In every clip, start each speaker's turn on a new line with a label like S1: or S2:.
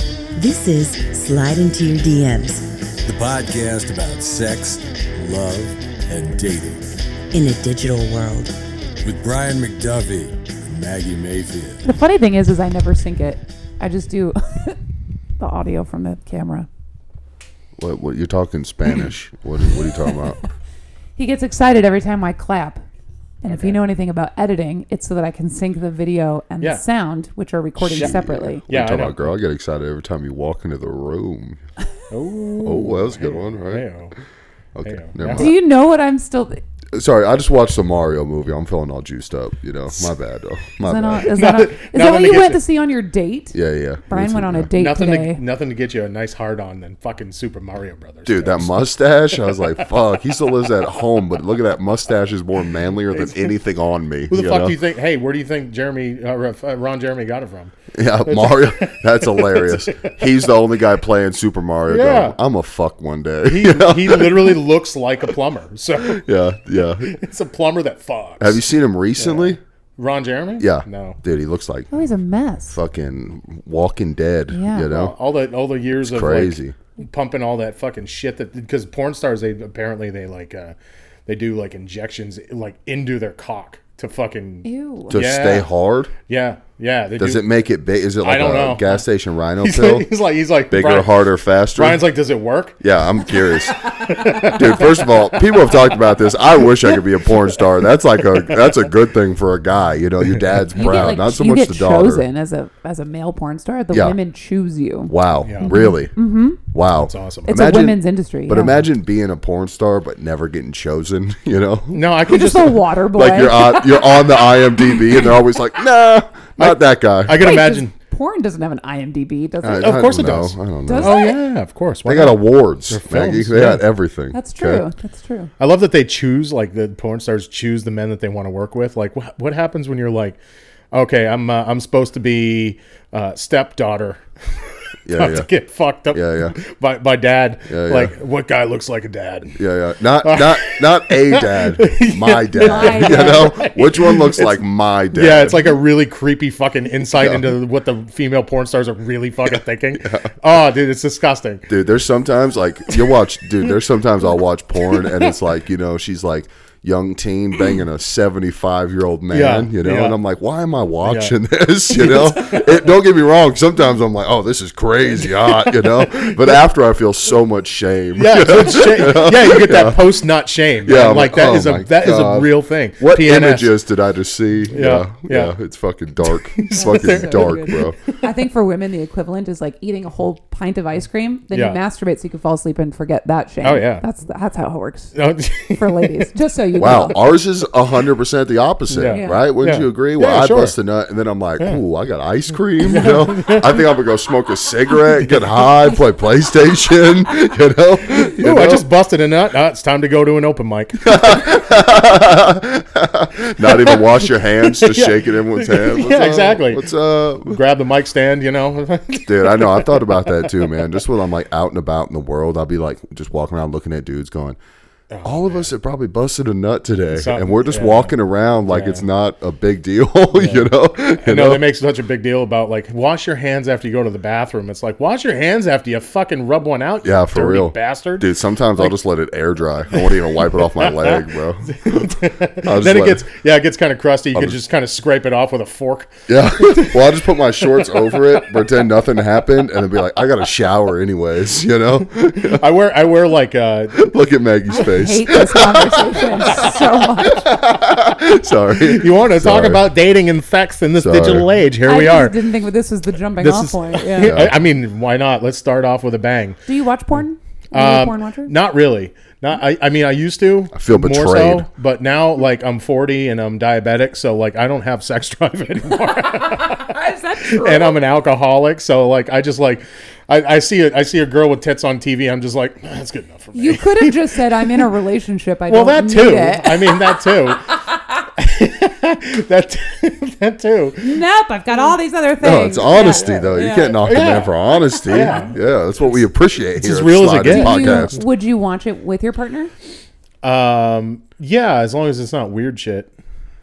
S1: This is Slide Into Your DMs
S2: the podcast about sex, love, and dating
S1: in a digital world.
S2: with Brian McDuffie and Maggie Mayfield.
S3: The funny thing is, is I never sync it. I just do the audio from the camera.
S4: What, what you're talking Spanish? what, what are you talking about?
S3: He gets excited every time I clap. And if you know anything about editing, it's so that I can sync the video and
S5: Yeah.
S3: the sound, which are recorded separately.
S4: What are you
S5: Yeah, I
S4: talking
S5: know.
S4: about, girl. I get excited every time you walk into the room.
S5: Oh,
S4: Oh, well, that was a good one, right?
S5: hey-o.
S4: okay,
S5: hey-o.
S4: never
S5: Yeah.
S3: Do you know what I'm still? Is
S4: mind. Sorry, I just watched the Mario movie. I'm feeling all juiced up. You know, my bad. Though. My
S3: that,
S4: bad.
S3: on, is that, on,
S5: Nothing-
S3: is that
S5: nothing
S3: what
S5: to
S3: you
S5: get
S3: went
S5: you.
S3: to see on your date?
S4: yeah, yeah.
S3: Brian
S4: It's
S3: went
S4: in
S3: on a
S4: there.
S3: date
S5: nothing
S3: today.
S5: to nothing to get you a nice hard on than fucking Super Mario Brothers.
S4: Dude, that mustache. I was like, fuck. He still lives at home, but look at that mustache is more manlier than anything on me.
S5: Who the
S4: you
S5: fuck
S4: know?
S5: do you think? Hey, where do you think Jeremy uh, uh, Ron Jeremy got it from?
S4: Yeah, Mario. That's hilarious. He's the only guy playing Super Mario.
S5: Yeah.
S4: going, I'm a fuck one day.
S5: He,
S4: You know?
S5: he literally looks like a plumber. So
S4: yeah, yeah.
S5: it's a plumber that fucks.
S4: Have you seen him recently?
S5: Ron Jeremy?
S4: Yeah.
S5: No.
S4: Dude, he looks like
S3: Oh, he's a mess.
S4: fucking Walking Dead.
S3: Yeah.
S4: You know?
S5: All the all the years of
S4: Crazy.
S5: like, pumping all that fucking shit that because porn stars they apparently they like uh, they do like injections like into their cock to fucking
S3: Ew.
S4: to
S5: Yeah.
S4: stay hard?
S5: yeah yeah they
S4: Does
S5: do,
S4: it make it big? Is it like a
S5: don't know.
S4: gas station rhino
S5: he's
S4: pill?
S5: like, he's like he's like
S4: Bigger,
S5: Brian-
S4: harder, faster?
S5: Brian's like does it work
S4: yeah, I'm curious. Dude, first of all, people have talked about this. I wish I could be a porn star. That's like a that's a good thing for a guy. You know, your dad's
S3: You get,
S4: proud,
S3: like,
S4: not so
S3: you
S4: much
S3: get
S4: the daughter.
S3: chosen as a as a male porn star. The
S4: Yeah.
S3: women choose you.
S4: Wow, really? Mm-hmm. Wow, that's
S5: awesome.
S3: It's a women's industry.
S4: But
S3: yeah.
S4: imagine being a porn star but never getting chosen. You know,
S5: no I could
S3: just
S5: just
S3: a water boy.
S4: like you're on you're on the IMDb and they're always like, nah, not that guy.
S5: I could
S3: Wait,
S5: imagine Uh,
S3: does- porn doesn't have an IMDb, does it?
S4: I-
S5: Of
S4: I
S5: course
S4: don't
S5: it
S4: know.
S5: does.
S4: I don't know.
S3: Does
S5: Oh
S3: it?
S5: yeah, of course. Why
S4: They got
S5: not?
S4: awards,
S5: They're films,
S4: Maggie. They got
S5: yeah.
S4: everything.
S3: That's true.
S4: okay?
S3: That's true.
S5: I love that they choose like the porn stars choose the men that they want to work with. Like what what happens when you're like, okay, I'm uh, I'm supposed to be uh, stepdaughter.
S4: Yeah,
S5: About
S4: yeah.
S5: to get fucked up
S4: Yeah, yeah.
S5: by by dad.
S4: Yeah, yeah.
S5: like what guy looks like a dad?
S4: Yeah, yeah. Not not not a dad. My dad.
S3: My
S4: you
S3: dad.
S4: know? Which one looks like my dad?
S5: Yeah, it's like a really creepy fucking insight into what the female porn stars are really fucking thinking. Oh, dude, it's disgusting.
S4: Dude, there's sometimes like you'll watch dude, there's sometimes I'll watch porn and it's like, you know, she's like young teen banging a 75 year old man,
S5: Yeah,
S4: you know,
S5: yeah.
S4: and I'm like, why am I watching this? You know, it, don't get me wrong. Sometimes I'm like, oh, this is crazy hot, you know, but after I feel so much shame.
S5: Yeah, so it's shame. yeah, you get that post not shame.
S4: Yeah,
S5: Yeah,
S4: I'm
S5: like
S4: like,
S5: that
S4: oh
S5: is
S4: my
S5: a that is
S4: God.
S5: a real thing.
S4: What
S5: PNS.
S4: images did I just see?
S5: Yeah, yeah.
S4: It's fucking dark. It's fucking dark, bro.
S3: I think for women, the equivalent is like eating a whole pint of ice cream, then
S5: Yeah.
S3: you masturbate so you can fall asleep and forget that shame.
S5: Oh, yeah. Oh.
S3: that's that's how it works
S5: No,
S3: for ladies. Just so you
S4: Wow,
S3: know.
S4: ours is hundred percent the opposite,
S5: Yeah. Yeah.
S4: right? Wouldn't
S5: Yeah.
S4: you agree? Well,
S5: Yeah,
S4: I
S5: sure.
S4: bust a nut, and then I'm like, "Ooh, I got ice cream." You know, I think I'm gonna go smoke a cigarette, get high, play PlayStation. You know, You
S5: Ooh, I
S4: know?
S5: just busted a nut. Ah, it's time to go to an open mic.
S4: not even wash your hands, just shake it in one's hand.
S5: Yeah,
S4: up?
S5: exactly.
S4: What's up?
S5: Grab the mic stand, you know.
S4: Dude, I know. I've thought about that too, man. Just when I'm like out and about in the world, I'll be like just walking around looking at dudes going, all of us have probably busted a nut today,
S5: Oh, Something-
S4: and we're just
S5: yeah.
S4: walking around like it's not a big deal, you know?
S5: I
S4: You
S5: know
S4: know?
S5: they make such a big deal about like wash your hands after you go to the bathroom. It's like wash your hands after you fucking rub one out. You
S4: yeah, for
S5: dirty
S4: real,
S5: bastard.
S4: Dude, sometimes I'll just let it air dry. I won't even wipe it off my leg, bro. I'll just
S5: then it
S4: let
S5: gets yeah, it gets kind of crusty. You can just kind of scrape it off with a fork.
S4: Yeah. Well, I'll just put my shorts over it, pretend nothing happened, and then be like, I got to shower anyways, you know?
S5: I wear I wear like uh,
S4: Look at Maggie's face.
S3: hate this conversation so much.
S4: Sorry.
S5: you want to talk
S4: Sorry.
S5: about dating and sex in this
S4: Sorry.
S5: digital age. Here
S3: I
S5: we
S3: just
S5: are.
S3: Didn't think that this was the jumping
S5: This
S3: off
S5: is-
S3: point. Yeah.
S5: I, I mean, why not? Let's start off with a bang.
S3: Do you watch porn? Are you a porn watcher?
S5: Uh, Um, Not really. Not. I, I mean, I used to. I
S4: feel betrayed.
S5: but now, like, I'm 40 and I'm diabetic, so like, I don't have sex drive
S3: Is
S5: anymore,
S3: that true?
S5: and I'm an alcoholic. So like, I just like, I, I see a, I see a girl with tits on TV. I'm just like, that's good enough for me.
S3: You could have just said, "I'm in a relationship. I
S5: well,
S3: don't
S5: that
S3: need
S5: too.
S3: it."
S5: I mean, that too. that that too.
S3: nope, I've got all these other things.
S4: No, it's honesty though. You can't knock the
S5: Yeah.
S4: man for honesty. Yeah, that's what we appreciate here.
S5: as
S4: at
S5: real as
S4: Sliders
S5: it gets.
S3: Do you-
S4: Podcast.
S3: would you watch it with your partner?
S5: Um, yeah, as long as it's not weird shit.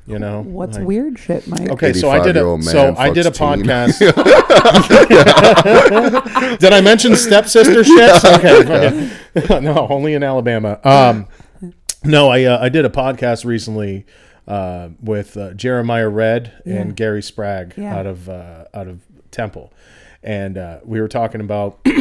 S5: You know
S3: What's
S5: Like-
S3: weird shit, Mike?
S5: Okay, so I did a
S4: 85-year-old
S5: so
S4: man
S5: I did a
S4: fucks teen.
S5: podcast. did I mention stepsister shit? Okay, okay. no, only in Alabama. Um, no, I uh, I did a podcast recently uh, with uh, Jeremiah Red and Gary Spragg
S3: Yeah.
S5: out of uh, out of Temple, and uh, we were talking about.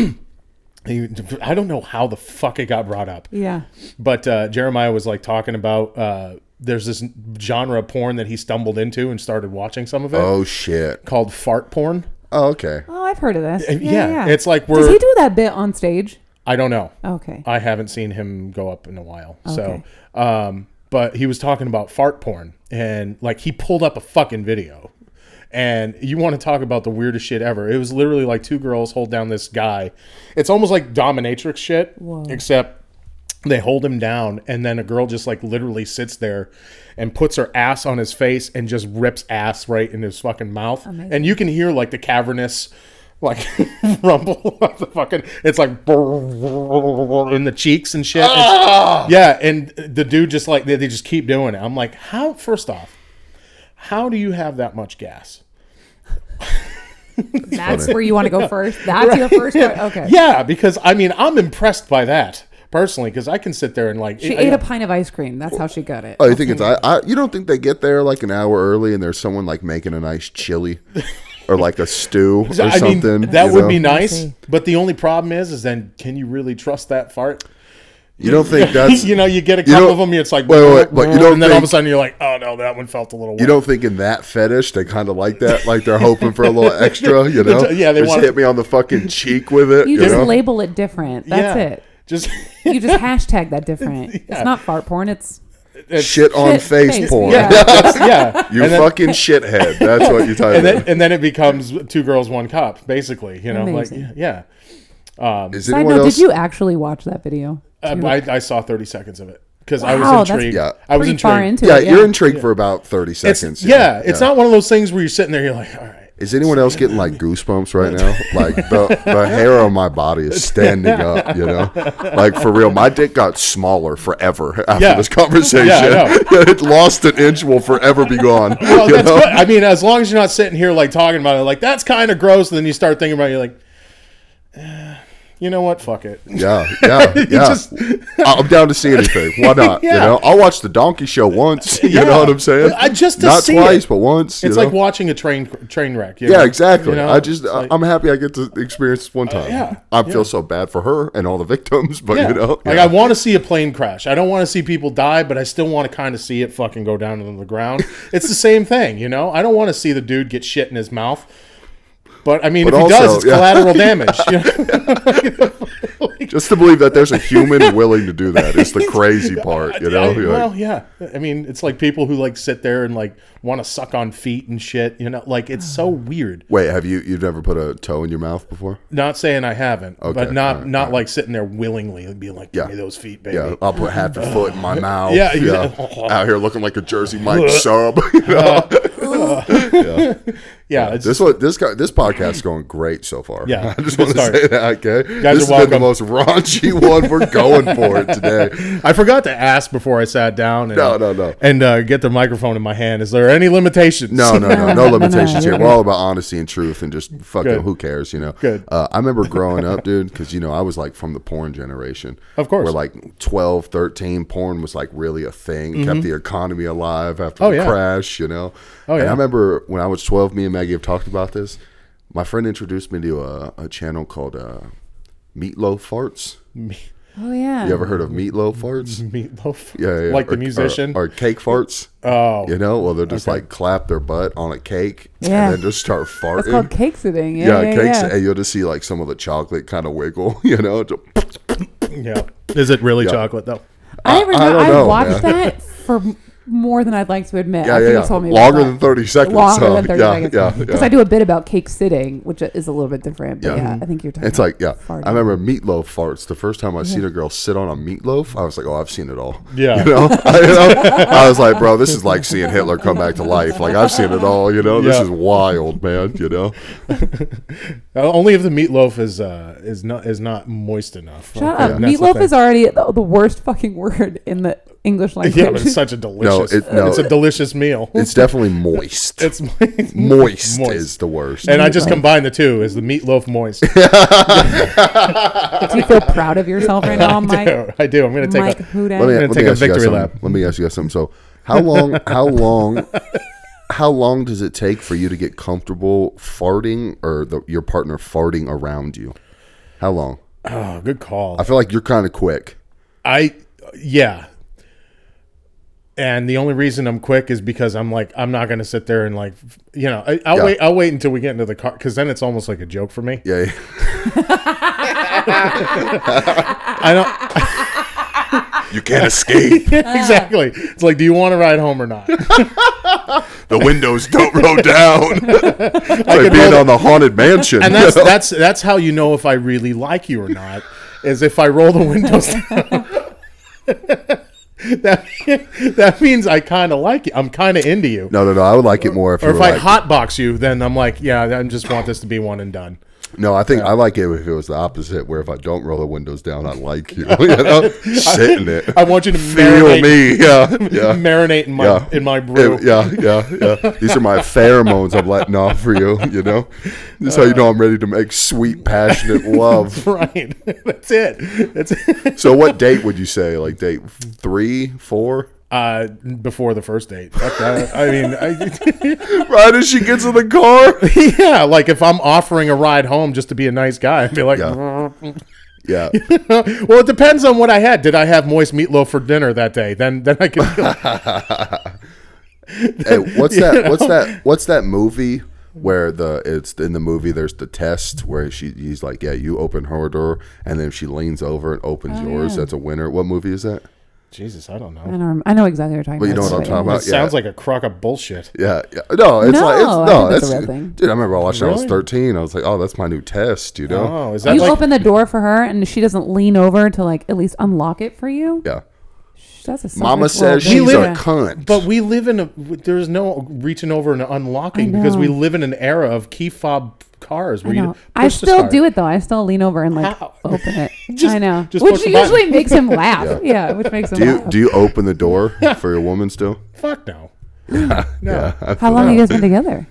S5: I don't know how the fuck it got brought up
S3: Yeah.
S5: but uh, Jeremiah was like talking about uh, there's this genre of porn that he stumbled into and started watching some of it
S4: Oh shit.
S5: called fart porn.
S4: Oh, okay.
S3: Oh, I've heard of this.
S5: Uh, yeah, it's like
S3: Does
S5: we're-
S3: he do that bit on stage?
S5: I don't know.
S3: Okay.
S5: I haven't seen him go up in a while.
S3: Okay.
S5: So, um, but he was talking about fart porn and like he pulled up a fucking video. And you want to talk about the weirdest shit ever. It was literally like two girls hold down this guy. It's almost like dominatrix shit, except they hold him down and then a girl just like literally sits there and puts her ass on his face and just rips ass right in his fucking mouth. And you can hear like the cavernous like rumble of the fucking it's like in the cheeks and shit. It's- yeah, and the dude just like they, they just keep doing it. I'm like, how first off, how do you have that much gas?
S3: That's where you want to go first. That's your first. part? Okay.
S5: Yeah, because I mean, I'm impressed by that personally because I can sit there and like
S3: She
S5: I-
S3: ate a pint of ice cream. That's how she got it.
S4: Oh, you think it's I, I? You don't think they get there like an hour early and there's someone like making a nice chili, or like a stew or
S5: I mean,
S4: something?
S5: that
S4: you
S5: would
S4: know?
S5: be nice, but the only problem is, is then can you really trust that fart?
S4: You don't think that's
S5: you know, you get a
S4: you
S5: couple
S4: don't-
S5: of them, it's like, uh,"
S4: Wait, wait, wait, but you don't
S5: and then all of a
S4: think-
S5: sudden you're like, oh no, that one felt a little.
S4: You
S5: wet."
S4: don't think in that fetish they kind of like that, like they're hoping for a little extra, you know?
S5: Yeah, they
S4: just
S5: want-
S4: hit me on the fucking cheek with it.
S3: You
S4: You,
S3: just
S4: know?
S3: label it different. That's it.
S5: Just
S3: You just hashtag that different. It's not fart porn. It's
S4: shit on
S3: shit
S4: face, porn.
S3: Yeah.
S5: that's- yeah,
S4: You
S5: And then-
S4: fucking shithead. That's what you
S5: and
S4: title
S5: then
S4: it.
S5: and then it becomes two girls, one cup, basically. You know,
S3: Amazing.
S5: like yeah,
S4: Is
S3: Side
S4: anyone
S3: note,
S4: else?
S3: did you actually watch that video?
S5: Uh,
S3: Too?
S5: I, I saw thirty seconds of it because I
S3: Wow,
S5: was
S3: that's
S5: intrigued.
S4: Yeah.
S5: I was
S3: Pretty far
S5: intrigued.
S3: into
S4: yeah,
S3: it.
S4: you're intrigued for about thirty
S5: It's,
S4: seconds.
S5: yeah, it's not one of those things where you're sitting there, you're like, all right.
S4: Is anyone else getting like goosebumps right now? Like the, the hair on my body is standing up, you know? Like for real, my dick got smaller forever after
S5: Yeah.
S4: this conversation.
S5: Yeah,
S4: it lost an inch, will forever be gone.
S5: Well,
S4: you
S5: that's
S4: know?
S5: good. I mean, as long as you're not sitting here like talking about it, like that's kind of gross. And then you start thinking about it, you're like, eh, you know what? Fuck it.
S4: Yeah, yeah, yeah.
S5: just-
S4: I- I'm down to see anything. Why not? You
S5: Yeah.
S4: know, I'll watch the Donkey Show once. You
S5: Yeah.
S4: know what I'm saying?
S5: I- just to
S4: not
S5: see
S4: twice,
S5: it.
S4: but once. you
S5: It's
S4: know?
S5: like watching a train train wreck. you
S4: yeah,
S5: know?
S4: exactly.
S5: You know?
S4: I just,
S5: It's
S4: I-
S5: like- Uh,
S4: I'm happy I get to experience this one time.
S5: yeah,
S4: I feel so bad for her and all the victims, but
S5: yeah.
S4: you know,
S5: like
S4: yeah.
S5: I want to see a plane crash. I don't want to see people die, but I still want to kind of see it fucking go down to the ground. it's the same thing, you know. I don't want to see the dude get shit in his mouth. But I mean,
S4: But
S5: if he does,
S4: also-
S5: it's
S4: yeah.
S5: collateral damage. you know?
S4: just to believe that there's a human willing to do that is the crazy part. You know,
S5: I-
S4: You're like,
S5: well, yeah. I mean, it's like people who like sit there and like want to suck on feet and shit. You know, like it's so weird.
S4: wait, have you you've never put a toe in your mouth before?
S5: Not saying I haven't,
S4: Okay,
S5: but not
S4: alright,
S5: not like sitting there willingly and being like, "Give
S4: Yeah.
S5: me those feet, baby."
S4: Yeah, uh, I'll put half a foot in my mouth.
S5: Yeah, exactly.
S4: out here looking like a Jersey Mike sub. You know?
S5: Yeah, it's
S4: This one, this guy, this podcast's going great so far.
S5: Yeah,
S4: I just
S5: good
S4: want to
S5: start.
S4: say that. Okay,
S5: guys
S4: this
S5: are
S4: has been the
S5: welcome.
S4: most raunchy one we're going for today.
S5: I forgot to ask before I sat down. And,
S4: No, no, no.
S5: And uh, get the microphone in my hand. Is there any limitations?
S4: No, no, no, no
S3: no,
S4: limitations
S3: no.
S4: here. We're all about honesty and truth, and just fucking
S5: Good.
S4: who cares, you know.
S5: Good.
S4: Uh, I remember growing up, dude, because you know I was like from the porn generation.
S5: Of course.
S4: where like 12, 13, porn was like really a thing, kept the economy alive after
S5: Mm-hmm. Oh,
S4: the
S5: yeah.
S4: crash, you know. Oh And
S5: yeah.
S4: I remember when I was twelve, me and Maggie have talked about this. My friend introduced me to a, a channel called uh, Meatloaf Farts.
S3: Oh yeah.
S4: You ever heard of meatloaf farts?
S5: Mm-hmm. Meatloaf.
S4: Yeah, yeah, yeah.
S5: Like
S4: Or-
S5: the musician.
S4: or, or cake farts.
S5: Oh.
S4: you know, well, they'll just like clap their butt on a cake
S3: Yeah.
S4: and then just start
S3: It's called
S4: farting.
S3: cake sitting. Yeah,
S4: yeah,
S3: yeah,
S4: cakes,
S3: yeah.
S4: and you'll just see like some of the chocolate kind of wiggle. You know, Just-
S5: yeah. Is it really chocolate though?
S3: I never.
S4: I
S3: know.
S4: don't
S3: I,
S4: know,
S3: watched
S4: man.
S3: that for m- more than I'd like to admit.
S4: yeah,
S3: I
S4: yeah,
S3: think
S4: yeah.
S3: you told me about
S4: longer
S3: that.
S4: than thirty seconds.
S3: Longer
S4: huh?
S3: than thirty
S4: yeah,
S3: seconds.
S4: Yeah,
S3: Because
S4: yeah.
S3: I do a bit about cake sitting, which is a little bit different. But
S4: Yeah.
S3: yeah, I think you're talking.
S4: It's like, yeah.
S3: about farting.
S4: I remember meatloaf farts. The first time I seen a girl sit on a meatloaf, I was like, oh, I've seen it all.
S5: Yeah.
S4: You know? I, you know? I was like, bro, this is like seeing Hitler come back to life. Like, I've seen it all, you know? This
S5: Yeah.
S4: is wild, man, you know?
S5: Uh, only if the meatloaf is uh is not is not moist enough.
S3: Shut
S5: Okay,
S3: up.
S5: that's the
S3: Meatloaf
S5: thing.
S3: is already the, the worst fucking word in the English language.
S5: Yeah, but it's such a delicious.
S4: it- no.
S5: it's a delicious meal.
S4: It's definitely moist.
S5: It's
S4: moist,
S5: moist.
S4: is the worst.
S5: and I just combine the two as the meatloaf moist.
S3: Do you feel proud of yourself right now, Mike?
S5: I do. I'm gonna take
S3: Mike
S5: a
S3: Hudak.
S4: let me,
S5: gonna
S4: let me
S5: take a
S4: ask you guys
S5: victory
S4: something.
S5: lap.
S4: Let me ask you guys something. So, how long? How long? How long does it take for you to get comfortable farting or the, your partner farting around you? How long?
S5: oh, good call.
S4: I feel like you're kind of quick.
S5: I yeah. And the only reason I'm quick is because I'm like I'm not gonna sit there and like f- you know I, I'll
S4: Yeah.
S5: wait I'll wait until we get into the car because then it's almost like a joke for me.
S4: Yeah.
S5: I don't
S4: You can't escape.
S5: exactly. It's like, do you want to ride home or not?
S4: the windows don't roll down. like being on the haunted mansion.
S5: And that's that's that's how you know if I really like you or not is if I roll the windows down. that that means I kind of like you. I'm kind of into you.
S4: no, no, no. I would like it more if you
S5: or
S4: were
S5: if I
S4: like,
S5: hotbox you, then I'm like, yeah, I just want this to be one and done.
S4: No, I think I like it if it was the opposite, where if I don't roll the windows down, I like you. you know? Sit in it.
S5: I want you to
S4: Feel
S5: marinate,
S4: me. Yeah. Yeah.
S5: marinate in my
S4: yeah.
S5: in my brew.
S4: It- yeah, yeah, yeah. These are my pheromones I'm letting off for you, you know? This is how you know I'm ready to make sweet, passionate love.
S5: Right, that's it. That's it.
S4: So, what date would you say? Like date three, four?
S5: Uh, before the first date. Fuck that. I mean, I,
S4: Right as she gets in the car?
S5: yeah, like if I'm offering a ride home just to be a nice guy, I'd be like,
S4: Yeah. Yeah.
S5: well, it depends on what I had. Did I have moist meatloaf for dinner that day? Then, then I can.
S4: Hey, what's that? What's that? What's that movie where the it's in the movie? There's the test where she he's like, yeah, you open her door, and then if she leans over and opens yours, that's a winner. What movie is that?
S5: Jesus, I don't know.
S3: I, don't, I know exactly what you're talking
S4: Well, you
S3: about.
S4: know what I'm
S3: It's
S4: talking
S5: It
S4: about. yeah.
S5: sounds like a crock of bullshit.
S4: Yeah, yeah. No, it's
S3: No,
S4: like it's,
S3: I
S4: no,
S3: think that's a
S4: that's
S3: real thing.
S4: dude. I remember I watched when I was
S5: Really?
S4: thirteen. I was like, oh, that's my new test. You know?
S5: Oh, is that
S3: You
S5: like?
S3: open the door for her, and she doesn't lean over to like at least unlock it for you.
S4: yeah.
S3: That's a selfish
S4: Mama
S3: little
S4: says
S3: bitch.
S4: she's
S5: live
S4: a
S5: in-
S4: cunt.
S5: but we live in a. There's no reaching over and unlocking
S3: I
S5: because we
S3: know.
S5: live in an era of key fob cars
S3: I
S5: where you
S3: know. I
S5: push the
S3: still
S5: start.
S3: do it though. I still lean over and like
S5: How?
S3: open it.
S5: Just-
S3: I know,
S5: just push
S3: which
S5: the
S3: usually
S5: button.
S3: makes him laugh. yeah. which makes him
S4: do you
S3: laugh.
S4: do you open the door for your woman still?
S5: Fuck no.
S4: Yeah. I
S3: How
S4: feel
S3: long
S4: that.
S3: have you guys been together?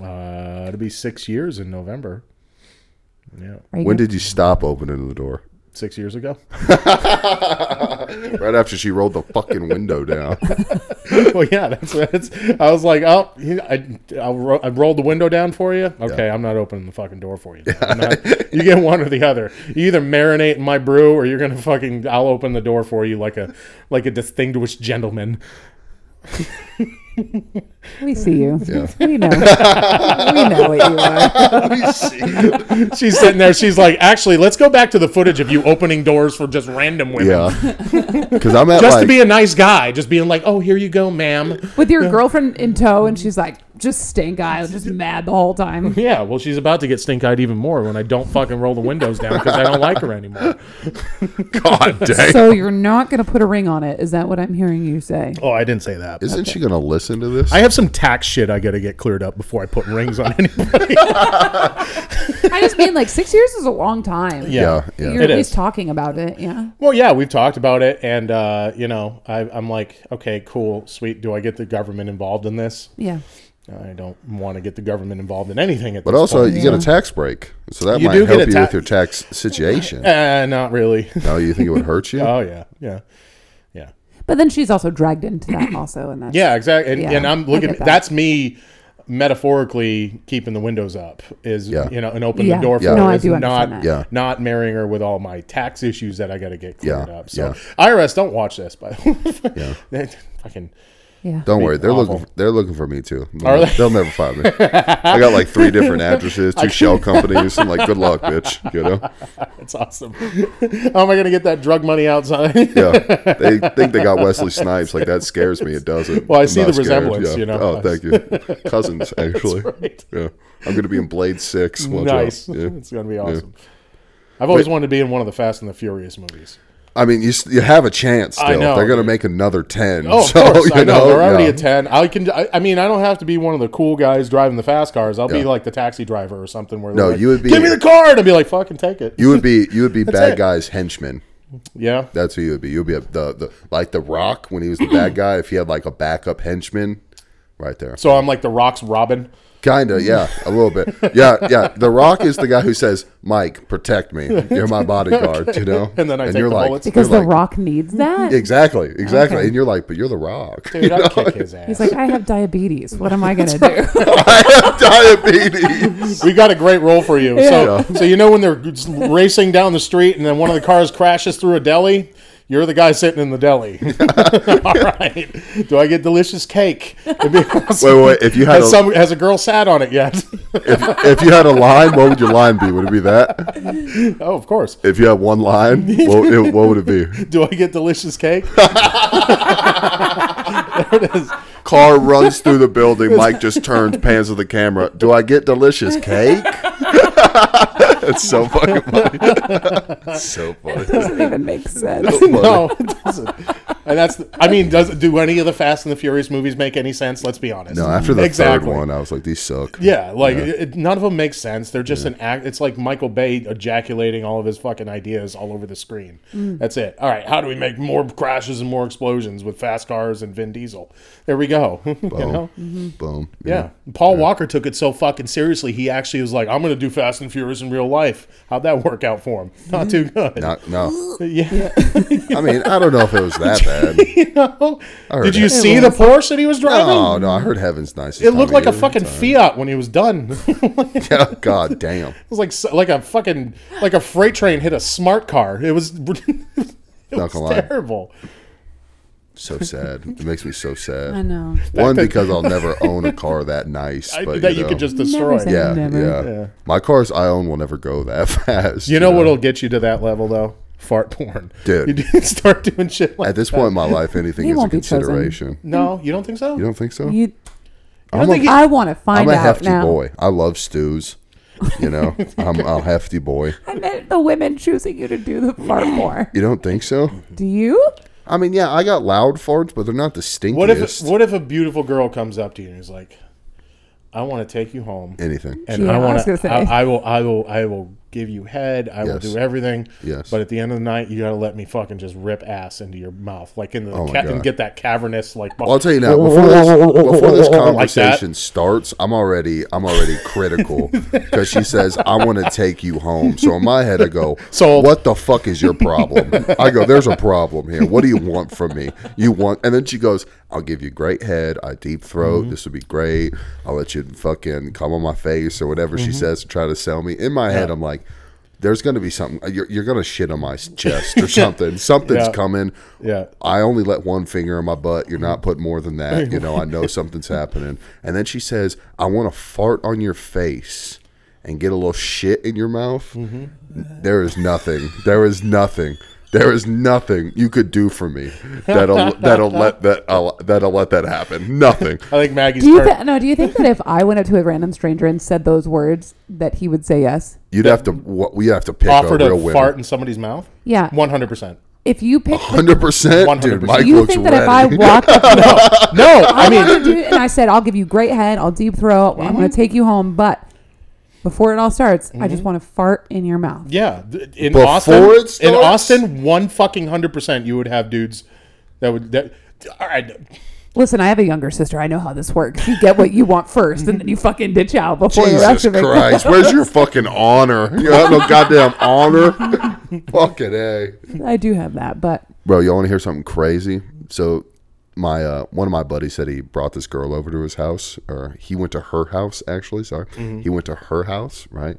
S5: Uh, it'll be six years in November. Yeah,
S3: Are you
S4: When
S3: gonna-
S4: did you stop opening the door?
S5: six years ago.
S4: Right after she rolled the fucking window down.
S5: well, yeah, that's that's. I was like, oh, he- I I, ro- I rolled the window down for you. Okay, I'm not opening the fucking door for you. I'm not- you get one or the other. You either marinate in my brew, or you're gonna fucking. I'll open the door for you like a like a distinguished gentleman.
S3: we see you. We know. we know what you are.
S5: She's sitting there. She's like, actually, let's go back to the footage of you opening doors for just random women.
S4: Yeah. Because I'm at
S5: Just
S4: like,
S5: to be a nice guy, just being like, "Oh, here you go, ma'am."
S3: With your girlfriend in tow, and she's like just stink eye, just mad the whole time.
S5: Yeah, well, she's about to get stink-eyed even more when I don't fucking roll the windows down because I don't like her anymore.
S4: God dang.
S3: So you're not gonna put a ring on it? Is that what I'm hearing you say?
S5: Oh, I didn't say that.
S4: Isn't she gonna listen to this?
S5: I have some tax shit I got to get cleared up before I put rings on anybody.
S3: I just mean like six years is a long time.
S4: yeah, yeah.
S3: You're
S5: It
S3: at
S5: is.
S3: least talking about it. Yeah.
S5: Well, yeah, we've talked about it, and uh, you know, I, I'm like, okay, cool, sweet. Do I get the government involved in this?
S3: Yeah.
S5: I don't want to get the government involved in anything at
S4: but
S5: this
S4: also,
S5: point.
S4: you get a tax break, so that
S5: You
S4: might
S5: do
S4: help
S5: get a
S4: you
S5: ta-
S4: with your tax situation.
S5: Uh, not really.
S4: no, you think it would hurt you?
S5: oh yeah, yeah, yeah,
S3: But then she's also dragged into that also, and that's
S5: yeah. Exactly. And,
S3: Yeah,
S5: and I'm
S3: I
S5: looking.
S3: get that.
S5: That's me metaphorically keeping the windows up is
S4: Yeah.
S5: you know and open
S3: Yeah.
S5: the door for
S3: Yeah. No,
S5: her
S3: I
S5: is
S3: do
S5: not
S3: understand that.
S4: Yeah.
S5: not marrying her with all my tax issues that i got to get cleared
S4: Yeah.
S5: up so
S4: Yeah.
S5: irs don't watch this by the way yeah fucking
S3: yeah.
S4: Don't worry, they're
S5: awful.
S4: looking. They're looking for me too.
S5: Are they?
S4: They'll never find me. I got like three different addresses, two shell companies. I'm like, good luck, bitch. You know?
S5: That's awesome. How am I going to get that drug money outside?
S4: Yeah. They think they got Wesley Snipes. Like that scares me. It doesn't.
S5: Well, I
S4: I'm
S5: see
S4: not
S5: the
S4: scared,
S5: resemblance,
S4: yeah.
S5: you know.
S4: Oh, thank you. Cousins, actually.
S5: right.
S4: Yeah. I'm gonna be in Blade Six. Watch out.
S5: nice.
S4: Yeah.
S5: It's going to be awesome. I've always wanted to be in one of the Fast and the Furious movies.
S4: I mean, you s- you have a chance still.
S5: I know.
S4: They're going to make another 10.
S5: Oh, of
S4: so,
S5: course.
S4: You
S5: I know. We're already
S4: yeah.
S5: at 10. I can I, I mean, I don't have to be one of the cool guys driving the fast cars. I'll be
S4: Yeah.
S5: like the taxi driver or something where
S4: No,
S5: they're like,
S4: you would be-
S5: Give me the car and I'll be like, "Fucking take it."
S4: You would be you would be bad
S5: it.
S4: guys henchmen.
S5: Yeah.
S4: That's who you would be. You'd be a, the, the like the Rock when he was the bad guy. If he had like a backup henchman, right there.
S5: So I'm like the Rock's Robin.
S4: Kinda, yeah, a little bit, yeah, yeah. The Rock is the guy who says, "Mike, protect me. You're my bodyguard." You know,
S5: And then I take the bullets.
S3: because
S4: you're
S3: The
S4: like-
S3: Rock needs that.
S4: Exactly, exactly.
S3: Okay.
S4: And you're like, "But you're the Rock.
S5: Dude, I'd kick his
S3: He's
S5: ass.
S3: like, I have diabetes. What am I gonna do?
S4: I have diabetes."
S5: we got a great role for you. So,
S4: Yeah.
S5: so you know when they're just racing down the street and then one of the cars crashes through a deli, you're the guy sitting in the deli. All right. Do I get delicious cake? It'd be awesome.
S4: Wait, wait. If you had
S5: Has,
S4: a,
S5: some, has a girl sat on it yet?
S4: if, if you had a line, what would your line be? Would it be that?
S5: oh, of course.
S4: If you had one line, what, it, what would it be?
S5: Do I get delicious cake? there it is.
S4: Car runs through the building. Mike just turns, pans of the camera. Do I get delicious cake? That's so fucking funny. so funny.
S3: Doesn't even make sense.
S5: No, it doesn't. And that's. The, I mean, does do any of the Fast and the Furious movies make any sense? Let's be honest.
S4: No, after the
S5: Exactly.
S4: third one, I was like, these suck.
S5: Yeah, like It, it- none of them make sense. They're just an act. It's like Michael Bay ejaculating all of his fucking ideas all over the screen. That's it. All right, how do we make more crashes and more explosions with fast cars and Vin Diesel? There we go. you know.
S4: Mm-hmm. Boom.
S5: Yeah. Paul Walker took it so fucking seriously. He actually was like, "I'm going to do Fast and Furious in real life." How'd that work out for him?
S4: Mm-hmm.
S5: Not too good.
S4: No, no.
S5: yeah.
S4: I mean, I don't know if it was that bad.
S5: you know.
S4: heard
S5: Did you
S4: it.
S5: see the Porsche that he was driving?
S4: Oh no, I heard Heaven's nice.
S5: It looked like a fucking Fiat when he was done.
S4: yeah, God damn.
S5: It was like s- like a fucking like a freight train hit a smart car. It was it was
S4: Not gonna lie.
S5: terrible.
S4: So sad. It makes me so sad.
S3: I know.
S4: One because I'll never own a car that nice.
S5: I-
S4: But
S5: that
S4: you,
S5: you,
S4: know,
S5: could just destroy.
S3: say-
S4: Yeah,
S3: Never.
S4: yeah,
S5: Yeah.
S4: My cars I own will never go that fast.
S5: You know what'll get you to that level though? Fart porn,
S4: Dude.
S5: You do- start doing shit like
S4: At this point in my life, anything
S3: He
S4: is a
S3: won't be chosen.
S4: consideration.
S5: no. You don't think so?
S4: You don't think so?
S3: You,
S4: I'm,
S5: think
S4: a,
S5: he-
S3: I want to
S4: I'm
S3: find
S4: a
S3: out
S4: hefty
S3: now.
S4: boy. I love stews. You know, I'm a hefty boy.
S3: I meant the women choosing you to do the fart more.
S4: You don't think so?
S3: Do you?
S4: I mean, yeah, I got loud farts, but they're not the stinkiest.
S5: what if what if a beautiful girl comes up to you and is like, "I want to take you home,
S4: anything?
S5: and
S3: Yeah, I
S5: I
S3: was
S5: want
S3: gonna
S5: to,
S3: say.
S5: I, I will, I will, I will give you head. I
S4: Yes.
S5: will do everything.
S4: Yes.
S5: But at the end of the night, you got to let me fucking just rip ass into your mouth, like in the
S4: Oh my
S5: ca-
S4: God.
S5: and get that cavernous like."
S4: Well, I'll tell you now. Before this, before this conversation starts, I'm already I'm already critical because she says I want to take you home. So in my head, I go, "So
S5: Sold.
S4: what the fuck is your problem?" I go, "There's a problem here. What do you want from me? You want?" And then she goes, "I'll give you great head. I deep throat. This would be great. I'll let you fucking come on my face or whatever she says to try to sell me." In my head, I'm like. There's going to be something. You're, you're going to shit on my s- chest or something. Something's
S5: Yeah.
S4: coming.
S5: Yeah.
S4: I only let one finger in my butt. You're not putting more than that. You know, I know something's happening. And then she says, I want to fart on your face and get a little shit in your mouth. There is nothing. There is nothing. There is nothing you could do for me that'll that'll let that I'll, that'll let that happen. Nothing.
S5: I think Maggie's
S3: Do you
S5: turn.
S3: th- no? Do you think that if I went up to a random stranger and said those words, that he would say yes?
S4: You'd have to what we have to pick
S5: offered
S4: a
S5: a
S4: real winner.
S5: fart in somebody's mouth?
S3: Yeah.
S5: One hundred percent.
S3: If you pick,
S4: Hundred percent, dude.
S5: 100%.
S4: Mike
S3: you
S4: looks
S3: think that if I
S4: ready.
S3: walked up to
S5: No, I
S3: I
S5: mean
S3: wanted to do, and I said, "I'll give you great head. I'll deep throat. I'm going to take you home." But before it all starts, I just want to fart in your mouth.
S5: yeah. th- In
S4: Before
S5: Austin
S4: it
S5: in
S4: starts?
S5: Austin, one fucking hundred percent you would have dudes that would that all right.
S3: Listen, I have a younger sister. I know how this works. You get what you want first, and then you fucking ditch out before the
S4: Jesus
S3: rest of it.
S4: Christ, where's your fucking honor? You have no goddamn honor. fucking a.
S3: I do have that, but
S4: Bro, you want to hear something crazy? So, my uh, one of my buddies said he brought this girl over to his house, or he went to her house actually. Sorry, he went to her house, right?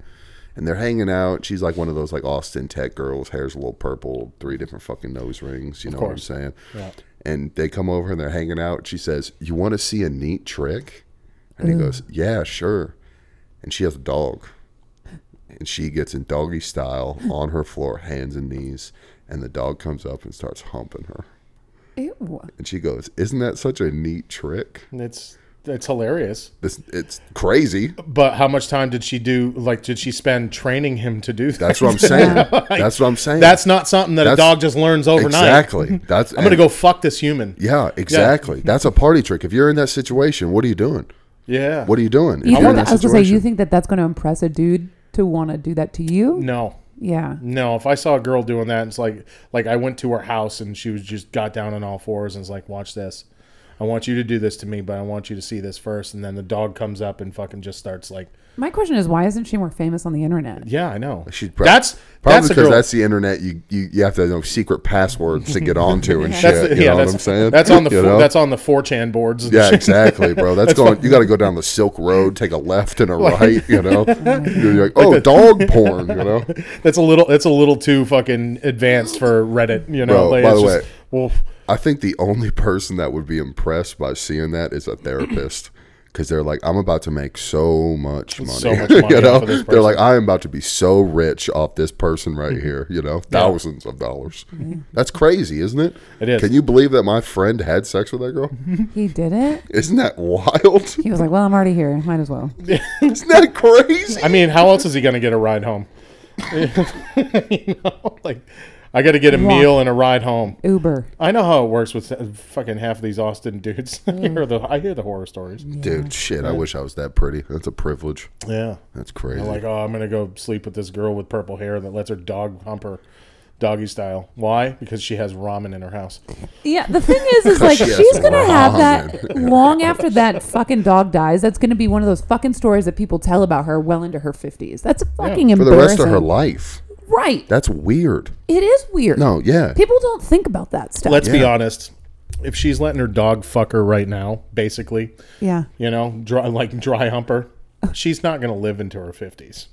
S4: And they're hanging out. She's like one of those like Austin Tech girls. Hair's a little purple, three different fucking nose rings. You know what I'm
S5: course.
S4: saying? And they come over and they're hanging out. She says, "You want to see a neat trick?" And he goes, "Yeah, sure." And she has a dog and she gets in doggy style on her floor, hands and knees, and the dog comes up and starts humping her.
S3: ew.
S4: And she goes, "Isn't that such a neat trick?
S5: It's it's hilarious.
S4: This it's crazy."
S5: But how much time did she do like did she spend training him to do that?
S4: That's what I'm saying. That's what I'm saying.
S5: That's not something that a
S4: That's-
S5: dog just learns overnight.
S4: exactly. That's
S5: I'm gonna go fuck this human.
S4: Yeah, exactly. That's a party trick. If you're in that situation, what are you doing?
S5: Yeah.
S4: What are you doing? If
S3: You
S4: you're in
S3: think that,
S4: that
S3: I was going to say, you
S4: situation-
S3: think that that's going to impress a dude to want to do that to you?
S5: No.
S3: Yeah.
S5: No, if I saw a girl doing that, it's like like I went to her house and she was just got down on all fours and was like, "Watch this. I want you to do this to me, but I want you to see this first. And then the dog comes up and fucking just starts like,
S3: My question is, why isn't she more famous on the internet?
S5: "Yeah, I know.
S4: She'd prob-
S5: that's
S4: probably
S5: that's a
S4: because
S5: girl.
S4: that's the internet. You, you you have to know secret passwords to get onto and shit.
S5: that's the-
S4: you know what I'm saying?
S5: That's on the
S4: You
S5: fo-
S4: know?
S5: that's on the four chan boards. and
S4: yeah,
S5: shit.
S4: exactly, bro. That's going. You got to go down the Silk Road, take a left and a right. You know, you're like, oh, dog porn. You know,
S5: that's a little that's a little too fucking advanced for Reddit. You know,
S4: Bro, by
S5: it's
S4: the
S5: just-
S4: way-
S5: well,
S4: I think the only person that would be impressed by seeing that is a therapist. Because they're like, I'm about to make so much money.
S5: So much money
S4: you
S5: off
S4: know,
S5: of this
S4: they're like,
S5: person. Mm-hmm.
S4: I am about to be so rich off this person right here. You know, thousands of dollars. That's crazy, isn't it?
S5: It is. Mm-hmm.
S4: Can you believe that my friend had sex with that girl?
S3: He did it.
S4: Isn't that wild?
S3: He was like, "Well, I'm already here. Might as well."
S4: Isn't that crazy?
S5: I mean, how else is he going to get a ride home? you know, like I got to get a
S3: Walk.
S5: meal and a ride home.
S3: Uber.
S5: I know how it works with uh, fucking half of these Austin dudes. I hear the I hear the horror stories.
S4: Dude, shit, I wish I was that pretty. That's a privilege.
S5: Yeah,
S4: That's crazy.
S5: like oh, I'm gonna go sleep with this girl with purple hair that lets her dog hump her, doggy style. Why? Because she has ramen in her house.
S3: Yeah, the thing is, is like
S4: She has
S3: she's gonna
S4: ramen.
S3: have that long after that fucking dog dies. That's gonna be one of those fucking stories that people tell about her well into her fifties. That's fucking
S4: For
S3: embarrassing.
S4: the rest of her life.
S3: right?
S4: That's weird.
S3: It is weird.
S4: No, yeah.
S3: people don't think about that stuff.
S5: Let's be
S4: Yeah.
S5: honest. If she's letting her dog fuck her right now, basically,
S3: yeah,
S5: you know, dry, like dry hump her, she's not gonna live into her fifties.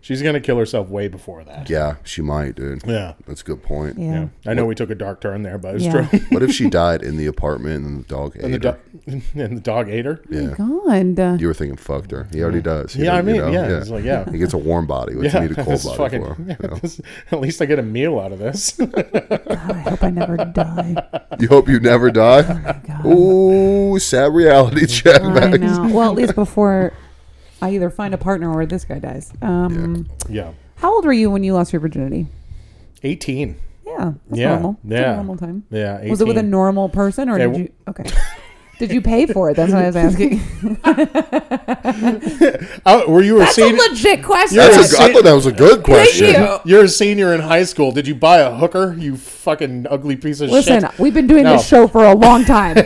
S5: She's gonna kill herself way before that.
S4: Yeah, she might, dude.
S5: Yeah.
S4: That's a good point.
S3: yeah.
S5: Yeah. I know we took a dark turn there, but it's
S3: Yeah.
S5: true.
S4: What if she died in the apartment and the dog ate
S5: and the
S4: her?
S5: dog and the dog ate her.
S4: Yeah.
S3: God, uh,
S4: You were thinking fucked her. He already does. He
S5: Yeah, I
S4: don't- you
S5: mean,
S4: know?
S5: yeah, it's like, yeah.
S4: He gets a warm body, which you need a cold
S5: this
S4: body
S5: fucking-
S4: for.
S5: yeah,
S4: You, know?
S5: this- at least I get a meal out of this.
S3: God, I hope I never die.
S4: You hope you never die? Ooh, sad reality check.
S3: I know. Well, at least before I either find a partner or this guy dies. Um,
S5: yeah,
S3: How old were you when you lost your virginity?
S5: eighteen.
S3: Yeah, that's
S5: Yeah,
S3: normal. That's a
S5: yeah.
S3: normal time.
S5: Yeah,
S3: Was it with a
S5: 18.
S3: normal person or did
S5: Yeah, w-
S3: you? Okay. did you pay for it? That's what I was asking.
S5: Oh, were you a
S3: That's a
S5: senior?
S3: legit question.
S4: That's a, I thought that was a
S3: Thank
S4: good question.
S3: you.
S5: You're a senior in high school. Did you buy a hooker? You fucking ugly piece of
S3: Listen,
S5: shit.
S3: we've been doing this
S5: No.
S3: show for a long time.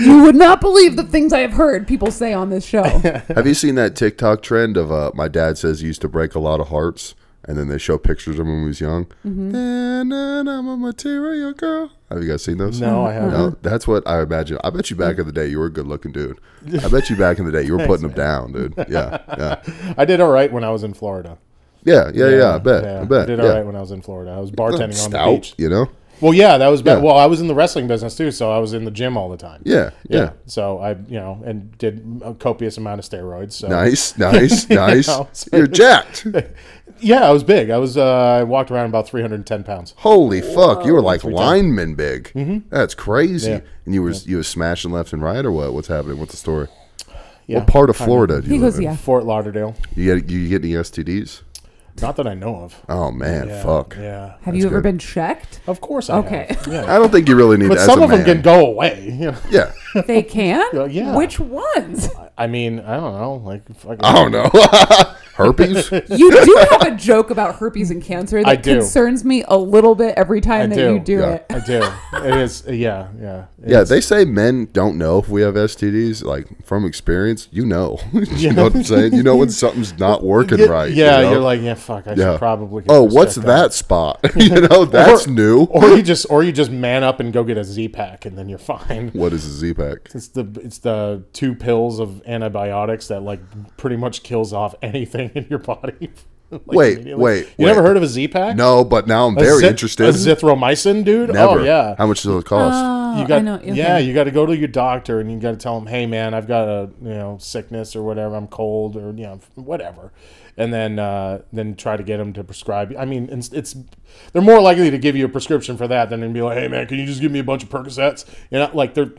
S3: you would not believe the things I have heard people say on this show.
S4: Have you seen that TikTok trend of uh, my dad says he used to break a lot of hearts, and then they show pictures of him when he was young. And then I'm a material girl. Have you guys seen those?
S5: No, I haven't.
S4: No, that's what I imagine. I bet you back in the day you were a good looking dude. I bet you back in the day you were putting them down, dude. Yeah, yeah,
S5: I did all right when I was in Florida.
S4: yeah, yeah, yeah. I bet, I bet.
S5: did
S4: yeah.
S5: all right when I was in Florida. I was bartending on
S4: Stout,
S5: the beach.
S4: you know.
S5: Well, yeah, that was bad.
S4: Yeah.
S5: Well, I was in the wrestling business too, so I was in the gym all the time.
S4: Yeah, yeah.
S5: So I, you know, and did a copious amount of steroids. So
S4: Nice, nice, nice.
S5: know, so-
S4: You're jacked.
S5: yeah, I was big. I was uh, I walked around about 310 pounds.
S4: Holy fuck! You were like lineman big. That's crazy.
S5: Mm-hmm. Yeah.
S4: And you were you were smashing left and right, or what? What's happening? What's the story?
S5: Yeah.
S4: What part of Florida do you
S3: He
S4: live
S3: goes,
S4: in?
S3: yeah.
S5: Fort Lauderdale.
S4: You get you get any STDs?
S5: Not that I know of.
S4: Oh man, fuck!
S5: Yeah.
S3: Have you ever
S4: good.
S3: been checked?
S5: Of course I
S3: Okay.
S5: have. Yeah.
S4: I don't think you really need.
S5: But
S4: that as
S5: some
S4: a
S5: of them
S4: man.
S5: can go away. You know?
S4: Yeah,
S3: They can?
S5: yeah.
S3: Which ones?
S5: I mean, I don't know. Like, fucking,
S4: I don't know. Herpes.
S3: You do have a joke about herpes and cancer that
S5: I do.
S3: concerns me a little bit every time that
S5: do.
S3: you do
S4: Yeah.
S3: it.
S5: I do. It is. uh, Yeah. Yeah. It
S4: Yeah,
S5: is-
S4: they say men don't know if we have STDs. Like from experience, you know. you know what I'm saying? You know when something's not working right. you
S5: Yeah.
S4: know?
S5: You're like, yeah. Fuck. I
S4: Yeah.
S5: should probably. get
S4: Oh,
S5: this
S4: what's
S5: checked out.
S4: that spot? you know, that's new.
S5: Or you just, or you just man up and go get a Z pack, and then you're fine.
S4: what is a Z pack?
S5: It's the it's the two pills of antibiotics that like pretty much kills off anything in your body. like,
S4: Wait,
S5: immediately.
S4: wait,
S5: You never
S4: wait.
S5: heard of a Z pack?
S4: No, but now I'm
S5: A
S4: very
S5: zi-
S4: interested.
S5: A zithromycin, dude.
S4: Never.
S5: Oh yeah.
S4: How much does it cost?
S3: Oh,
S5: you got
S3: I know. okay.
S5: yeah. You got to go to your doctor and you got to tell him, hey man, I've got a you know sickness or whatever. I'm cold or you know whatever, and then uh, then try to get him to prescribe. I mean, it's, it's they're more likely to give you a prescription for that than to be like, hey man, can you just give me a bunch of Percocets? You know, like they're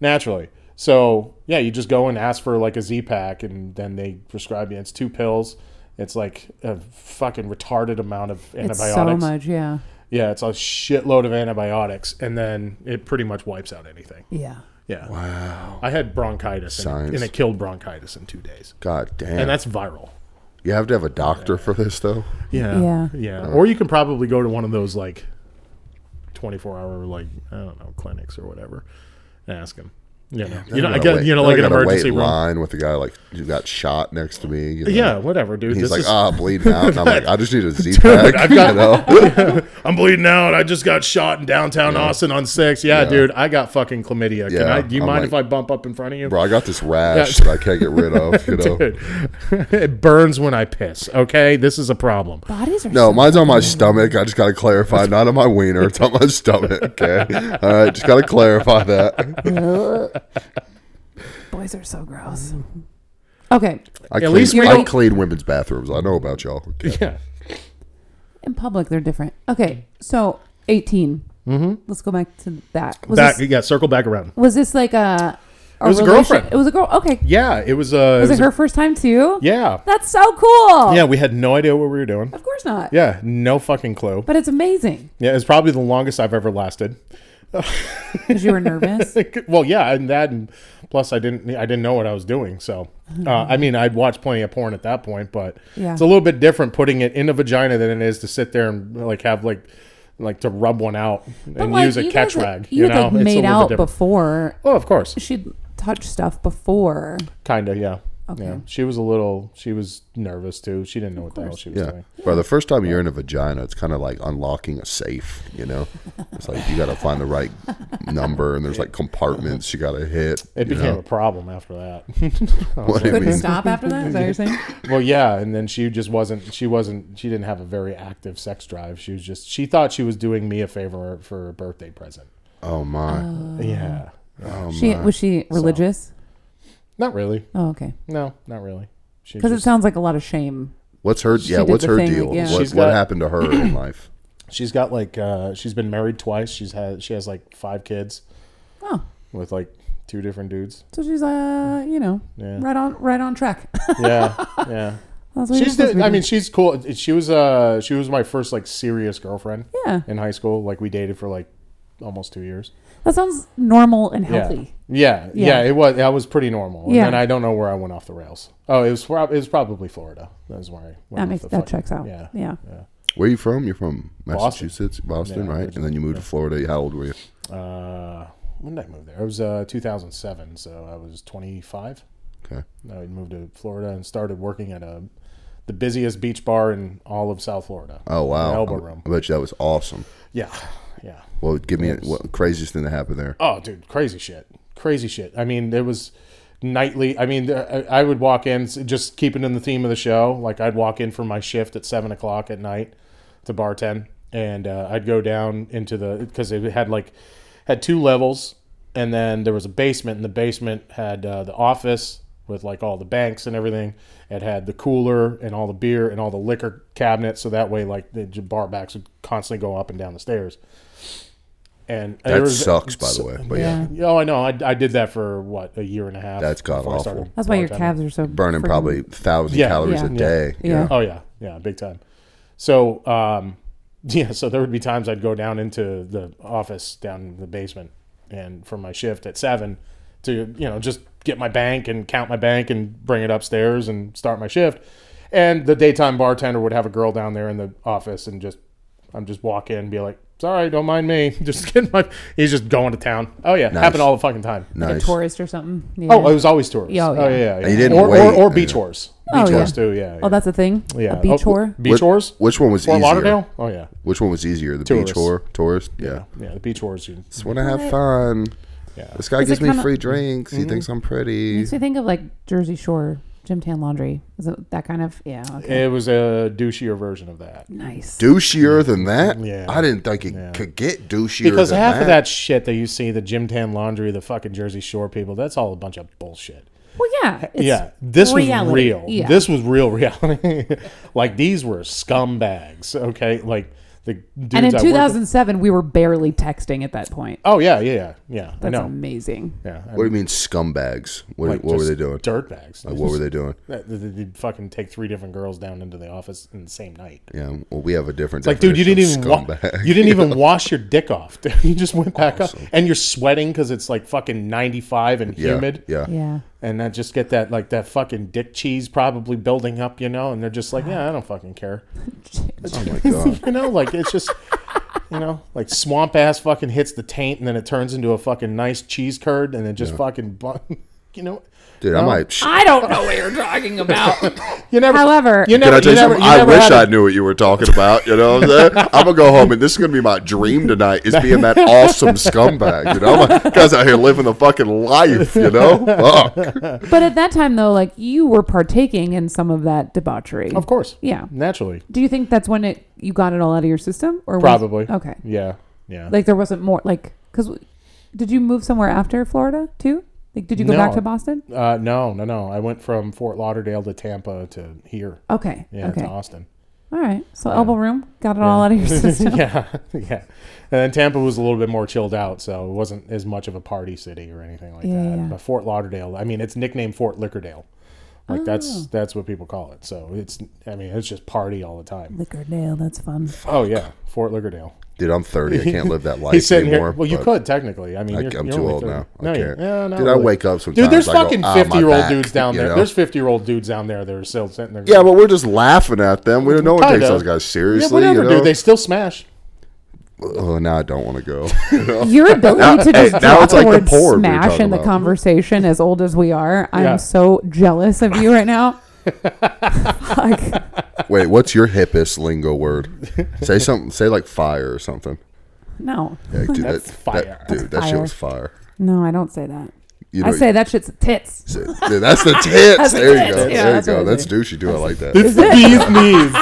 S5: naturally. So yeah, you just go and ask for like a Z pack, and then they prescribe you. It's two pills. It's like a fucking retarded amount of
S3: It's
S5: antibiotics.
S3: so much, yeah.
S5: Yeah, it's a shitload of antibiotics, and then it pretty much wipes out anything.
S3: Yeah.
S5: Yeah. Wow. I had bronchitis, and,
S4: Science.
S5: and it killed bronchitis in two days,
S4: God damn.
S5: and that's viral.
S4: You have to have a doctor for this though.
S5: Yeah.
S3: Yeah.
S4: Uh,
S5: Or you can probably go to one of those like 24 hour, like, I don't know, clinics or whatever and ask them. You know, you know,
S4: I
S5: again, you know, like an emergency
S4: wait
S5: room.
S4: line with a guy like you got shot next to me. you know?
S5: Yeah, whatever, dude.
S4: He's
S5: This
S4: like,
S5: is-
S4: ah, bleeding out. And I'm like, I just need a Z pack.
S5: I've
S4: you
S5: got-
S4: know?
S5: I'm bleeding out. I just got shot in downtown Austin on six. Yeah, dude, I got fucking chlamydia. Can
S4: Yeah,
S5: I? Do you
S4: I'm
S5: mind
S4: like-
S5: if I bump up in front of you?
S4: bro. I got this rash
S5: Yeah.
S4: that I can't get rid of. You know,
S5: Dude, it burns when I piss. Okay, this is a problem.
S3: Bodies are
S4: no, mine's on my stomach. I just gotta clarify, not on my wiener. It's on my stomach. Okay, all right, just gotta clarify that.
S3: boys are so gross. Okay,
S4: I
S5: At least we
S4: I
S5: don't-
S4: clean women's bathrooms. I know about y'all. Okay.
S5: Yeah,
S3: in public they're different. Okay, so 18 Mm-hmm. Let's go back to that. Was
S5: back.
S3: this,
S5: Yeah, circle back around.
S3: was this like a? a
S5: It was a
S3: relation-
S5: girlfriend.
S3: It was a girl. Okay,
S5: Yeah, it was. Uh,
S3: was it,
S5: was
S3: her Oh.
S5: a-
S3: first time too?
S5: Yeah,
S3: that's so cool.
S5: yeah. We had no idea what we were doing.
S3: of course not.
S5: Yeah, no fucking clue.
S3: but it's amazing
S5: yeah, it's probably the longest I've ever lasted.
S3: because you were nervous.
S5: well, yeah, and that, and plus I didn't, I didn't know what I was doing. So, uh, I mean, I'd watched plenty of porn at that point, but
S3: Mm-hmm. Yeah.
S5: it's a little bit different putting it in a vagina than it is to sit there and like have like, like to rub one out and
S3: like,
S5: use a
S3: you
S5: catch
S3: guys, like,
S5: rag.
S3: You, had, like
S5: It's a
S3: made
S5: little bit
S3: out
S5: different.
S3: before.
S5: Oh, of course,
S3: She'd touched stuff before.
S5: kind of, yeah.
S3: Okay.
S5: Yeah, she was a little, she was nervous too. She didn't know what the hell she was
S4: Yeah.
S5: doing.
S4: Bro, the first time you're in a vagina, it's kind of like unlocking a safe, you know? It's like you got to find the right number, and there's like compartments you got to hit.
S5: It
S4: you
S5: became
S4: know?
S5: a problem after that.
S4: What do you
S3: Couldn't
S4: mean?
S3: stop after that. Is that what you're saying?
S5: Well, yeah, and then she just wasn't. She wasn't. She didn't have a very active sex drive. She was just. She thought she was doing me a favor for a birthday present.
S4: Oh, my.
S3: Uh,
S5: yeah,
S3: She was she religious?
S5: not really.
S3: Oh, okay.
S5: No, not really. She
S3: Because it
S5: just,
S3: sounds like a lot of shame.
S4: What's her,
S3: She
S4: yeah,
S3: did
S4: what's
S3: the
S4: her
S3: thing,
S4: deal?
S3: yeah.
S4: What,
S5: She's
S4: what
S5: got-
S4: happened to her in life?
S5: she's got like. Uh, she's been married twice. She's had. She has like five kids
S3: Oh,
S5: with like two different dudes.
S3: so she's uh, you know,
S5: Yeah.
S3: right on, right on track.
S5: Yeah, yeah.
S3: That's what you're
S5: She's.
S3: supposed to
S5: The,
S3: be
S5: I mean,
S3: doing.
S5: she's cool. She was. Uh, she was my first like serious girlfriend.
S3: Yeah.
S5: In high school, like we dated for like almost two years.
S3: that sounds normal and healthy.
S5: Yeah. yeah,
S3: Yeah.
S5: yeah, It was. I was pretty normal. And
S3: Yeah.
S5: then I don't know where I went off the rails. Oh, it was. prob- It was probably Florida. That was where I. Went
S3: That
S5: off
S3: makes
S5: the
S3: that
S5: fuck-
S3: checks out.
S5: Yeah.
S3: Yeah.
S4: Where are you from? You're from
S5: Boston.
S4: Massachusetts, Boston,
S5: Yeah,
S4: right? And then you moved to Florida. How old were you?
S5: Uh, when did I move there? It was uh, 2007, so I was 25.
S4: Okay.
S5: I had moved to Florida and started working at a the busiest beach bar in all of South Florida.
S4: Oh, wow.
S5: The elbow
S4: I-
S5: room.
S4: I bet you that was awesome.
S5: Yeah, yeah.
S4: Well, give me a, what craziest thing that happened there.
S5: Oh, dude, crazy shit, crazy shit. I mean, there was nightly. I mean, there- I I would walk in just keeping in the theme of the show. Like I'd walk in from my shift at seven o'clock at night to bartend, and uh, I'd go down into the because it had like had two levels, and then there was a basement, and the basement had uh, the office with like all the banks and everything. It had the cooler and all the beer and all the liquor cabinets, so that way like the bar backs would constantly go up and down the stairs. And
S4: That
S5: there was-
S4: sucks, by
S5: so-
S4: the way. But yeah.
S5: yeah, oh, I know. I, I did that for what a year and a half.
S4: That's god
S5: before I
S4: awful.
S5: started
S3: That's why your
S5: bartending.
S3: calves are so
S4: burning
S3: friggin-
S4: probably thousand
S5: Yeah.
S4: calories
S3: Yeah.
S4: a day.
S3: Yeah.
S5: Oh yeah, yeah, big time. So um, yeah, so there would be times I'd go down into the office down in the basement, and from my shift at seven to you know just get my bank and count my bank and bring it upstairs and start my shift. And the daytime bartender would have a girl down there in the office and just I'm just walk in and be like, sorry, don't mind me. Just getting my he's just going to town. Oh yeah, happened all the fucking time.
S3: like a
S4: Nice.
S3: tourist or something. Yeah.
S5: Oh, it was always tours.
S3: Yeah, oh,
S5: oh, yeah,
S3: yeah.
S5: yeah. yeah.
S4: you didn't
S5: or,
S4: wait,
S5: or, or
S4: yeah.
S5: beach tours. Beach
S3: Oh,
S5: tours
S3: yeah.
S5: too. Yeah.
S3: Oh, that's a thing.
S5: yeah.
S3: a beach
S5: Oh,
S3: whore.
S5: Beach tours.
S4: Which one was
S5: Fort
S4: easier?
S5: Lauderdale. Oh yeah.
S4: Which one was easier, the
S5: Tourist.
S4: beach whore, tourist? Yeah.
S5: Yeah. The beach tours. You,
S4: Just want to have fun.
S5: yeah.
S4: This guy
S3: Is it
S4: gives me
S3: kinda-
S4: free drinks. He thinks I'm pretty.
S3: Makes me think of like Jersey Shore, Jim Tan Laundry. Is it that kind of yeah? Okay.
S5: It was a douchier version of that.
S3: nice.
S4: Douchier than that?
S5: Yeah.
S4: I didn't think it could get douchier
S5: Because
S4: than
S5: half
S4: that.
S5: of that shit that you see, the gym tan laundry, the fucking Jersey Shore people, that's all a bunch of bullshit.
S3: well, yeah. It's
S5: yeah. This was
S3: reality.
S5: real.
S3: Yeah.
S5: This was real reality. like these were scumbags. Okay. Like the dudes
S3: and in
S5: I worked with-
S3: 2007, we were barely texting at that point.
S5: Oh yeah, yeah, yeah, yeah. I
S3: That's
S5: know.
S3: amazing.
S5: Yeah. I
S4: What do you mean scumbags? What,
S5: like,
S4: what were
S5: just
S4: they doing?
S5: Dirtbags.
S4: Like, what were they doing?
S5: That- that- that They'd fucking take three different girls down into the office in the same night.
S4: Yeah. Well, we have a different.
S5: Like, dude, you didn't
S4: definition
S5: even
S4: of
S5: wa-
S4: scumbag.
S5: you didn't even wash your dick off. Dude. You just went back up, and you're sweating because it's like fucking 95 and
S4: yeah,
S5: humid.
S4: Yeah.
S3: Yeah.
S5: and that just get that like that fucking dick cheese probably building up, you know, and they're just like, yeah, I don't fucking care,
S4: Oh my god.
S5: you know, like it's just. You know, like swamp ass fucking hits the taint and then it turns into a fucking nice cheese curd and it just fucking, bu- you know,
S4: Dude, I might. Sh-
S5: I don't know what you're talking about. you never.
S3: However-
S5: you
S4: can
S5: never.
S4: I tell you,
S5: you never,
S4: something?
S5: you
S4: I
S5: never
S4: wish
S5: had
S4: I
S5: a-
S4: knew what you were talking about. You know what I'm saying? I'm gonna go home and this is gonna be my dream tonight. Is being that awesome scumbag. You know, my guys out here living the fucking life. You know, fuck.
S3: But at that time, though, like you were partaking in some of that debauchery.
S5: Of course.
S3: Yeah.
S5: Naturally.
S3: Do you think that's when it you got it all out of your system, or was-
S5: Probably.
S3: okay?
S5: Yeah. Yeah.
S3: Like there wasn't more. Like because did you move somewhere after Florida too? Like did you go back
S5: No.
S3: to Boston?
S5: uh, no, no, no. I went from Fort Lauderdale to Tampa to here.
S3: Okay.
S5: Yeah,
S3: okay.
S5: to Austin.
S3: All right. So elbow room got it all out of your system.
S5: yeah. Yeah. And then Tampa was a little bit more chilled out, so it wasn't as much of a party city or anything like
S3: Yeah,
S5: that.
S3: yeah.
S5: But Fort Lauderdale, I mean, it's nicknamed Fort Liquordale. Like
S3: Oh.
S5: that's that's what people call it. So it's I mean, it's just party all the time.
S3: Liquor nail. That's fun.
S5: Oh yeah, Fort Liquordale.
S4: Dude, I'm 30. I can't live that life
S5: He's sitting
S4: anymore.
S5: here. Well, you
S4: but-
S5: could technically. I mean,
S4: I-
S5: you're,
S4: I'm
S5: you're
S4: too
S5: only
S4: old
S5: 30.
S4: now. I
S5: No, you-
S4: can't.
S5: yeah, not
S4: Dude, I
S5: really.
S4: wake up sometimes,
S5: Dude, there's
S4: I go,
S5: fucking
S4: "Ah, my
S5: 50 year old
S4: back,"
S5: dudes down
S4: you
S5: there.
S4: know?
S5: There's 50 year old dudes down there that are still sitting there.
S4: Yeah, but we're just laughing at them. We don't know one takes
S5: Kinda.
S4: those guys
S5: yeah,
S4: seriously. you
S5: whatever,
S4: know?
S5: dude. They still smash.
S4: Oh, now I don't want to go.
S3: Your ability to
S4: hey,
S3: just
S4: now
S3: drop
S4: it's
S3: the
S4: like the
S3: word
S4: porn we were
S3: smash
S4: talking
S3: in the
S4: about.
S3: conversation as old as we are.
S5: Yeah.
S3: I'm so jealous of you right now. Fuck.
S4: Wait, what's your hippest lingo word? Say something. Say like fire or something.
S3: No.
S4: Like, dude,
S5: That's
S4: that,
S5: fire.
S4: That, dude, that shit
S3: Fire.
S4: was fire.
S3: No, I don't say that.
S4: You
S3: I say that shit's tits.
S4: Dude, that's the tits.
S3: That's the
S4: there you
S3: tits. Yeah,
S4: go. there you
S3: that's
S4: go.
S3: what I
S4: That's
S3: say.
S4: douchey. Do I like that?
S5: It's the bee's knees.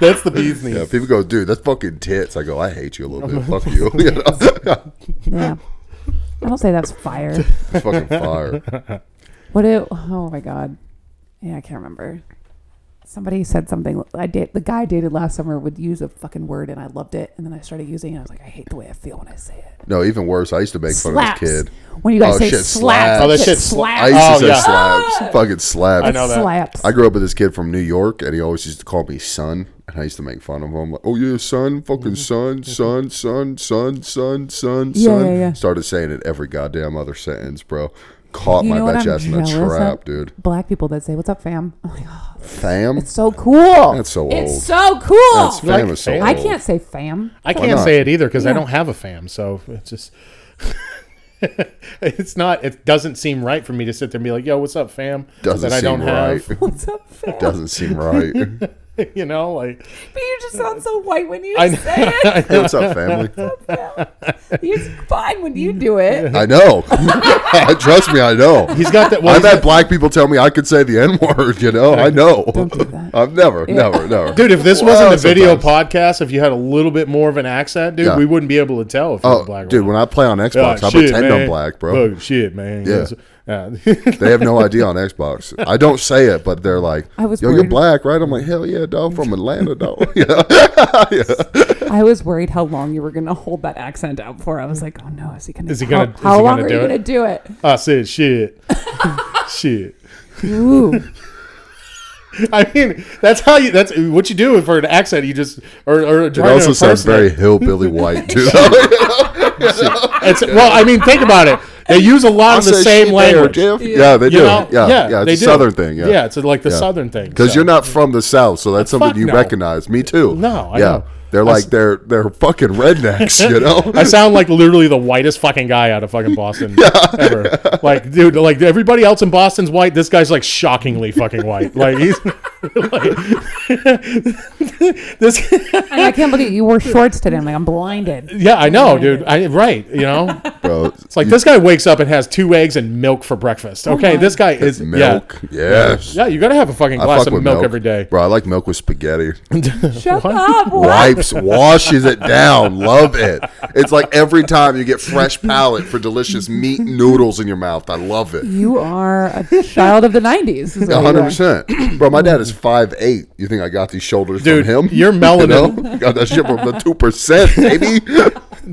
S5: That's the bee's knees.
S4: yeah, people go, dude, that's fucking tits. I go, I hate you a little bit. Fuck you. you know?
S3: Yeah. I don't say that's fire.
S4: It's fucking fire.
S3: What it? Oh my god. Yeah, I can't remember. Somebody said something. I date the guy I dated last summer would use a fucking word, and I loved it. And then I started using it. I was like, I hate the way I feel when I say it.
S4: No, even worse. I used to make fun
S3: Slaps.
S4: of this kid.
S3: When you guys
S4: Oh,
S3: say
S4: shit,
S3: slaps,
S4: slaps.
S5: Oh, that
S3: shit
S5: shit sla-
S3: slaps.
S4: I used
S5: Oh,
S4: to say
S5: yeah.
S3: Ah!
S4: slaps. Fucking slaps.
S5: I know that.
S3: slaps.
S4: I grew up with this kid from New York, and he always used to call me son, and I used to make fun of him. Like, oh yeah, son, fucking son, son, son, son, son, son,
S3: Yeah,
S4: son.
S3: yeah, yeah.
S4: Started saying it every goddamn other sentence, bro. Caught
S3: You
S4: my
S3: know what
S4: bitch
S3: I'm
S4: ass in a
S3: jealous of?
S4: trap, dude.
S3: Black people that say, "What's up, fam?" I'm like, oh,
S4: Fam,
S3: it's so cool.
S4: that's so
S3: it's
S4: old.
S3: so cool.
S4: That's fam
S5: like
S4: is so
S5: fam?
S3: I
S4: old.
S3: can't say fam.
S5: I can't
S4: not?
S5: say it either because I
S3: Yeah.
S5: don't have a fam. So it's just. it's not. It doesn't seem right for me to sit there and be like, "Yo, what's up, fam?"
S4: Doesn't
S5: that I
S4: seem
S5: don't
S4: right.
S3: What's up, fam?
S4: Doesn't seem right. hey,
S5: have. you know, like
S3: But you just sound so white when you
S5: I know.
S3: say it.
S4: what's up, family?
S3: It's fine when you do it.
S4: I know. Trust me, I know.
S5: he's got that. Well,
S4: I've
S5: he's
S4: had
S5: got-
S4: black people tell me I could say the N word. You know, I know.
S3: Don't do that.
S4: I've never, never, never.
S5: Dude, if this
S4: Well,
S5: wasn't a video
S4: sometimes.
S5: podcast, if you had a little bit more of an accent, dude,
S4: Yeah.
S5: we wouldn't be able to tell if you were
S4: Oh,
S5: black. or
S4: dude,
S5: not.
S4: when I play on Xbox,
S5: Oh,
S4: I
S5: shit,
S4: pretend
S5: man.
S4: I'm black, bro.
S5: Oh, shit, man.
S4: Yeah.
S5: Yeah.
S4: They have no idea on Xbox. I don't say it, but they're like,
S3: I was
S4: "Yo, you're
S3: worried.
S4: black, right?" I'm like, "Hell yeah, dog, from Atlanta, dog." Yeah.
S3: I was worried how long you were going to hold that accent out for. I was like, oh no, is he going to?
S5: Is he
S3: How,
S5: gonna- is
S3: how
S5: he gonna
S3: long are
S5: do
S3: you
S5: it?
S3: going to do it?
S5: I said shit. shit.
S3: Ooh,
S5: I mean, that's how you. That's what you do for an accent. You just or or
S4: It
S5: try to
S4: also sounds very
S5: impersonate.
S4: hillbilly white, dude.
S5: It's, well, I mean, think about it. They use a lot
S4: I
S5: of the
S4: say
S5: same
S4: shit there,
S5: language.
S4: Jeff. Yeah. they do.
S5: You know?
S4: yeah, yeah, It's
S5: they
S4: a
S5: do.
S4: southern thing. Yeah,
S5: it's like the southern thing.
S4: because
S5: so.
S4: you're not from the south, so that's something
S5: fuck
S4: you
S5: no.
S4: recognize. Me too.
S5: No, I
S4: yeah,
S5: know.
S4: they're like they're they're fucking rednecks, you know.
S5: I sound like literally the whitest fucking guy out of fucking Boston ever. Like, dude, like everybody else in Boston's white. This guy's like shockingly fucking white. Like, he's like, this.
S3: and I can't believe you wore shorts today. I'm like, I'm blinded.
S5: Yeah, I know, dude. I right, you know.
S4: Bro,
S5: It's like this guy wakes up and has two eggs and milk for breakfast. Okay, this guy is
S4: milk.
S5: Yeah.
S4: Yes.
S5: Yeah, you gotta have a fucking
S4: I
S5: glass
S4: fuck
S5: of
S4: with
S5: milk, every day.
S4: bro. I like milk with spaghetti.
S3: Shut up. What?
S4: wipes, washes it down. Love it. It's like every time you get fresh palate for delicious meat noodles in your mouth. I love it.
S3: You are a child of the 90s. is what you are.
S4: 100%. Bro, my dad is five eight. You think I got these shoulders
S5: Dude,
S4: from him?
S5: your melanin-
S4: You know? Got that shit from the 2%, baby.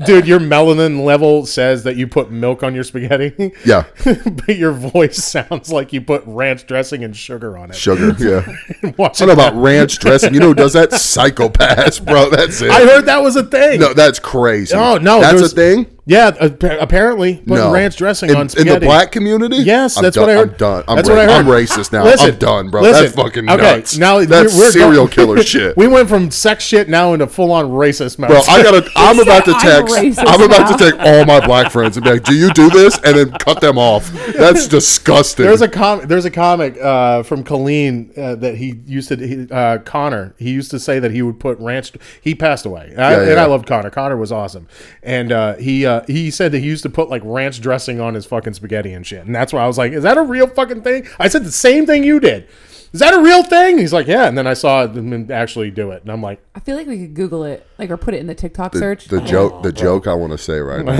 S5: Dude, your melanin level says that you put milk on your spaghetti.
S4: Yeah.
S5: but your voice sounds like you put ranch dressing and sugar on it.
S4: Sugar, yeah.
S5: Watch
S4: I don't
S5: it.
S4: know about ranch dressing. You know who does that? Psychopaths, bro. That's it.
S5: I heard that was a thing.
S4: No, that's crazy.
S5: Oh, no,
S4: That's
S5: there's-
S4: a thing?
S5: Yeah, ap- apparently putting
S4: no.
S5: ranch dressing
S4: in,
S5: on
S4: in
S5: spaghetti.
S4: the black community.
S5: Yes,
S4: I'm
S5: that's
S4: done-
S5: what I heard.
S4: I'm done. I'm,
S5: that's
S4: ra-
S5: what I heard.
S4: I'm racist now.
S5: Listen,
S4: I'm done, bro.
S5: listen.
S4: That's fucking
S5: okay,
S4: nuts.
S5: Now we're-
S4: that's
S5: we're
S4: serial
S5: going-
S4: killer shit.
S5: We went from sex shit now into full on racist mode.
S4: Bro, I gotta. I'm
S3: said
S4: about to
S3: I'm
S4: text.
S3: racist
S4: I'm, about to
S3: now.
S4: take all my black friends and be like, "Do you do this?" And then cut them off. That's disgusting.
S5: There's a comic. There's a comic uh, from Colleen uh, that he used to. He, uh, Connor. He used to say that he would put ranch. He passed away, and, I,
S4: Yeah,
S5: and
S4: yeah.
S5: I loved Connor. Connor was awesome, and uh, he uh, he said that he used to put like ranch dressing on his fucking spaghetti and shit. And that's why I was like, "Is that a real fucking thing?" I said the same thing you did. Is that a real thing? He's like, "Yeah." And then I saw him actually do it, and I'm like,
S3: I feel like we could Google it, like, or put it in the TikTok
S4: the,
S3: search.
S5: Oh.
S4: the joke. The joke I want to say right now.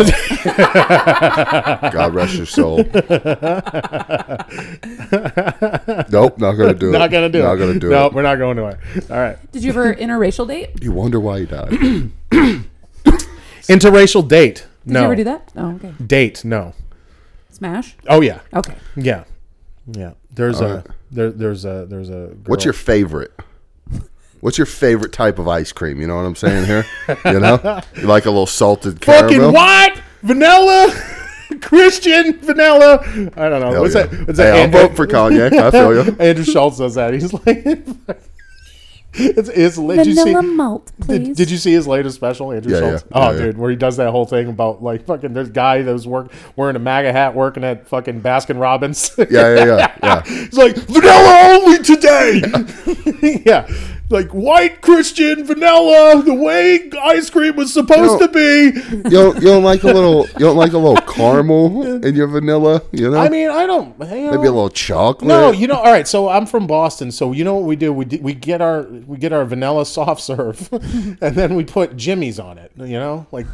S4: God rest your soul. nope, not gonna do it.
S5: "Not gonna do
S4: Not
S5: it.
S4: gonna do
S5: no,
S4: it.
S5: we're not going to it." All right.
S3: Did you ever interracial date? Did
S4: You wonder why he died.
S5: Interracial date. no.
S3: you ever do that? Oh, okay.
S5: Date. No.
S3: Smash.
S5: Oh yeah.
S4: Uh,
S3: Okay.
S5: Yeah, yeah. There's a
S4: right.
S5: there, there's a there's a. Girl.
S4: What's your favorite? What's your favorite type of ice cream? You know what I'm saying here. You know, you like a little salted
S5: fucking
S4: caramel.
S5: what? Vanilla, Christian vanilla. I don't know.
S4: Hell
S5: what's
S4: yeah.
S5: that? What's
S4: hey,
S5: that?
S4: I'm voting for Kanye. I feel you.
S5: Andrew Schultz does that. He's like, it's it's. Did you see?
S3: Vanilla malt, please.
S5: Did, did you see his latest special, Andrew
S4: Yeah,
S5: Schultz?
S4: yeah.
S5: oh,
S4: Yeah, yeah.
S5: dude, where he does that whole thing about like fucking this guy that was work wearing a MAGA hat working at fucking Baskin Robbins.
S4: Yeah, yeah, yeah, yeah.
S5: He's like, vanilla only today. yeah. Like white Christian vanilla, the way ice cream was supposed
S4: You know-
S5: to be.
S4: you don't, you don't like a little you don't like a little caramel in your vanilla, you know?
S5: I mean, I don't. you know-
S4: maybe a little chocolate.
S5: No, you know. All right, so I'm from Boston, so you know what we do? We do, we get our we get our vanilla soft serve, and then we put Jimmy's on it. You know, like,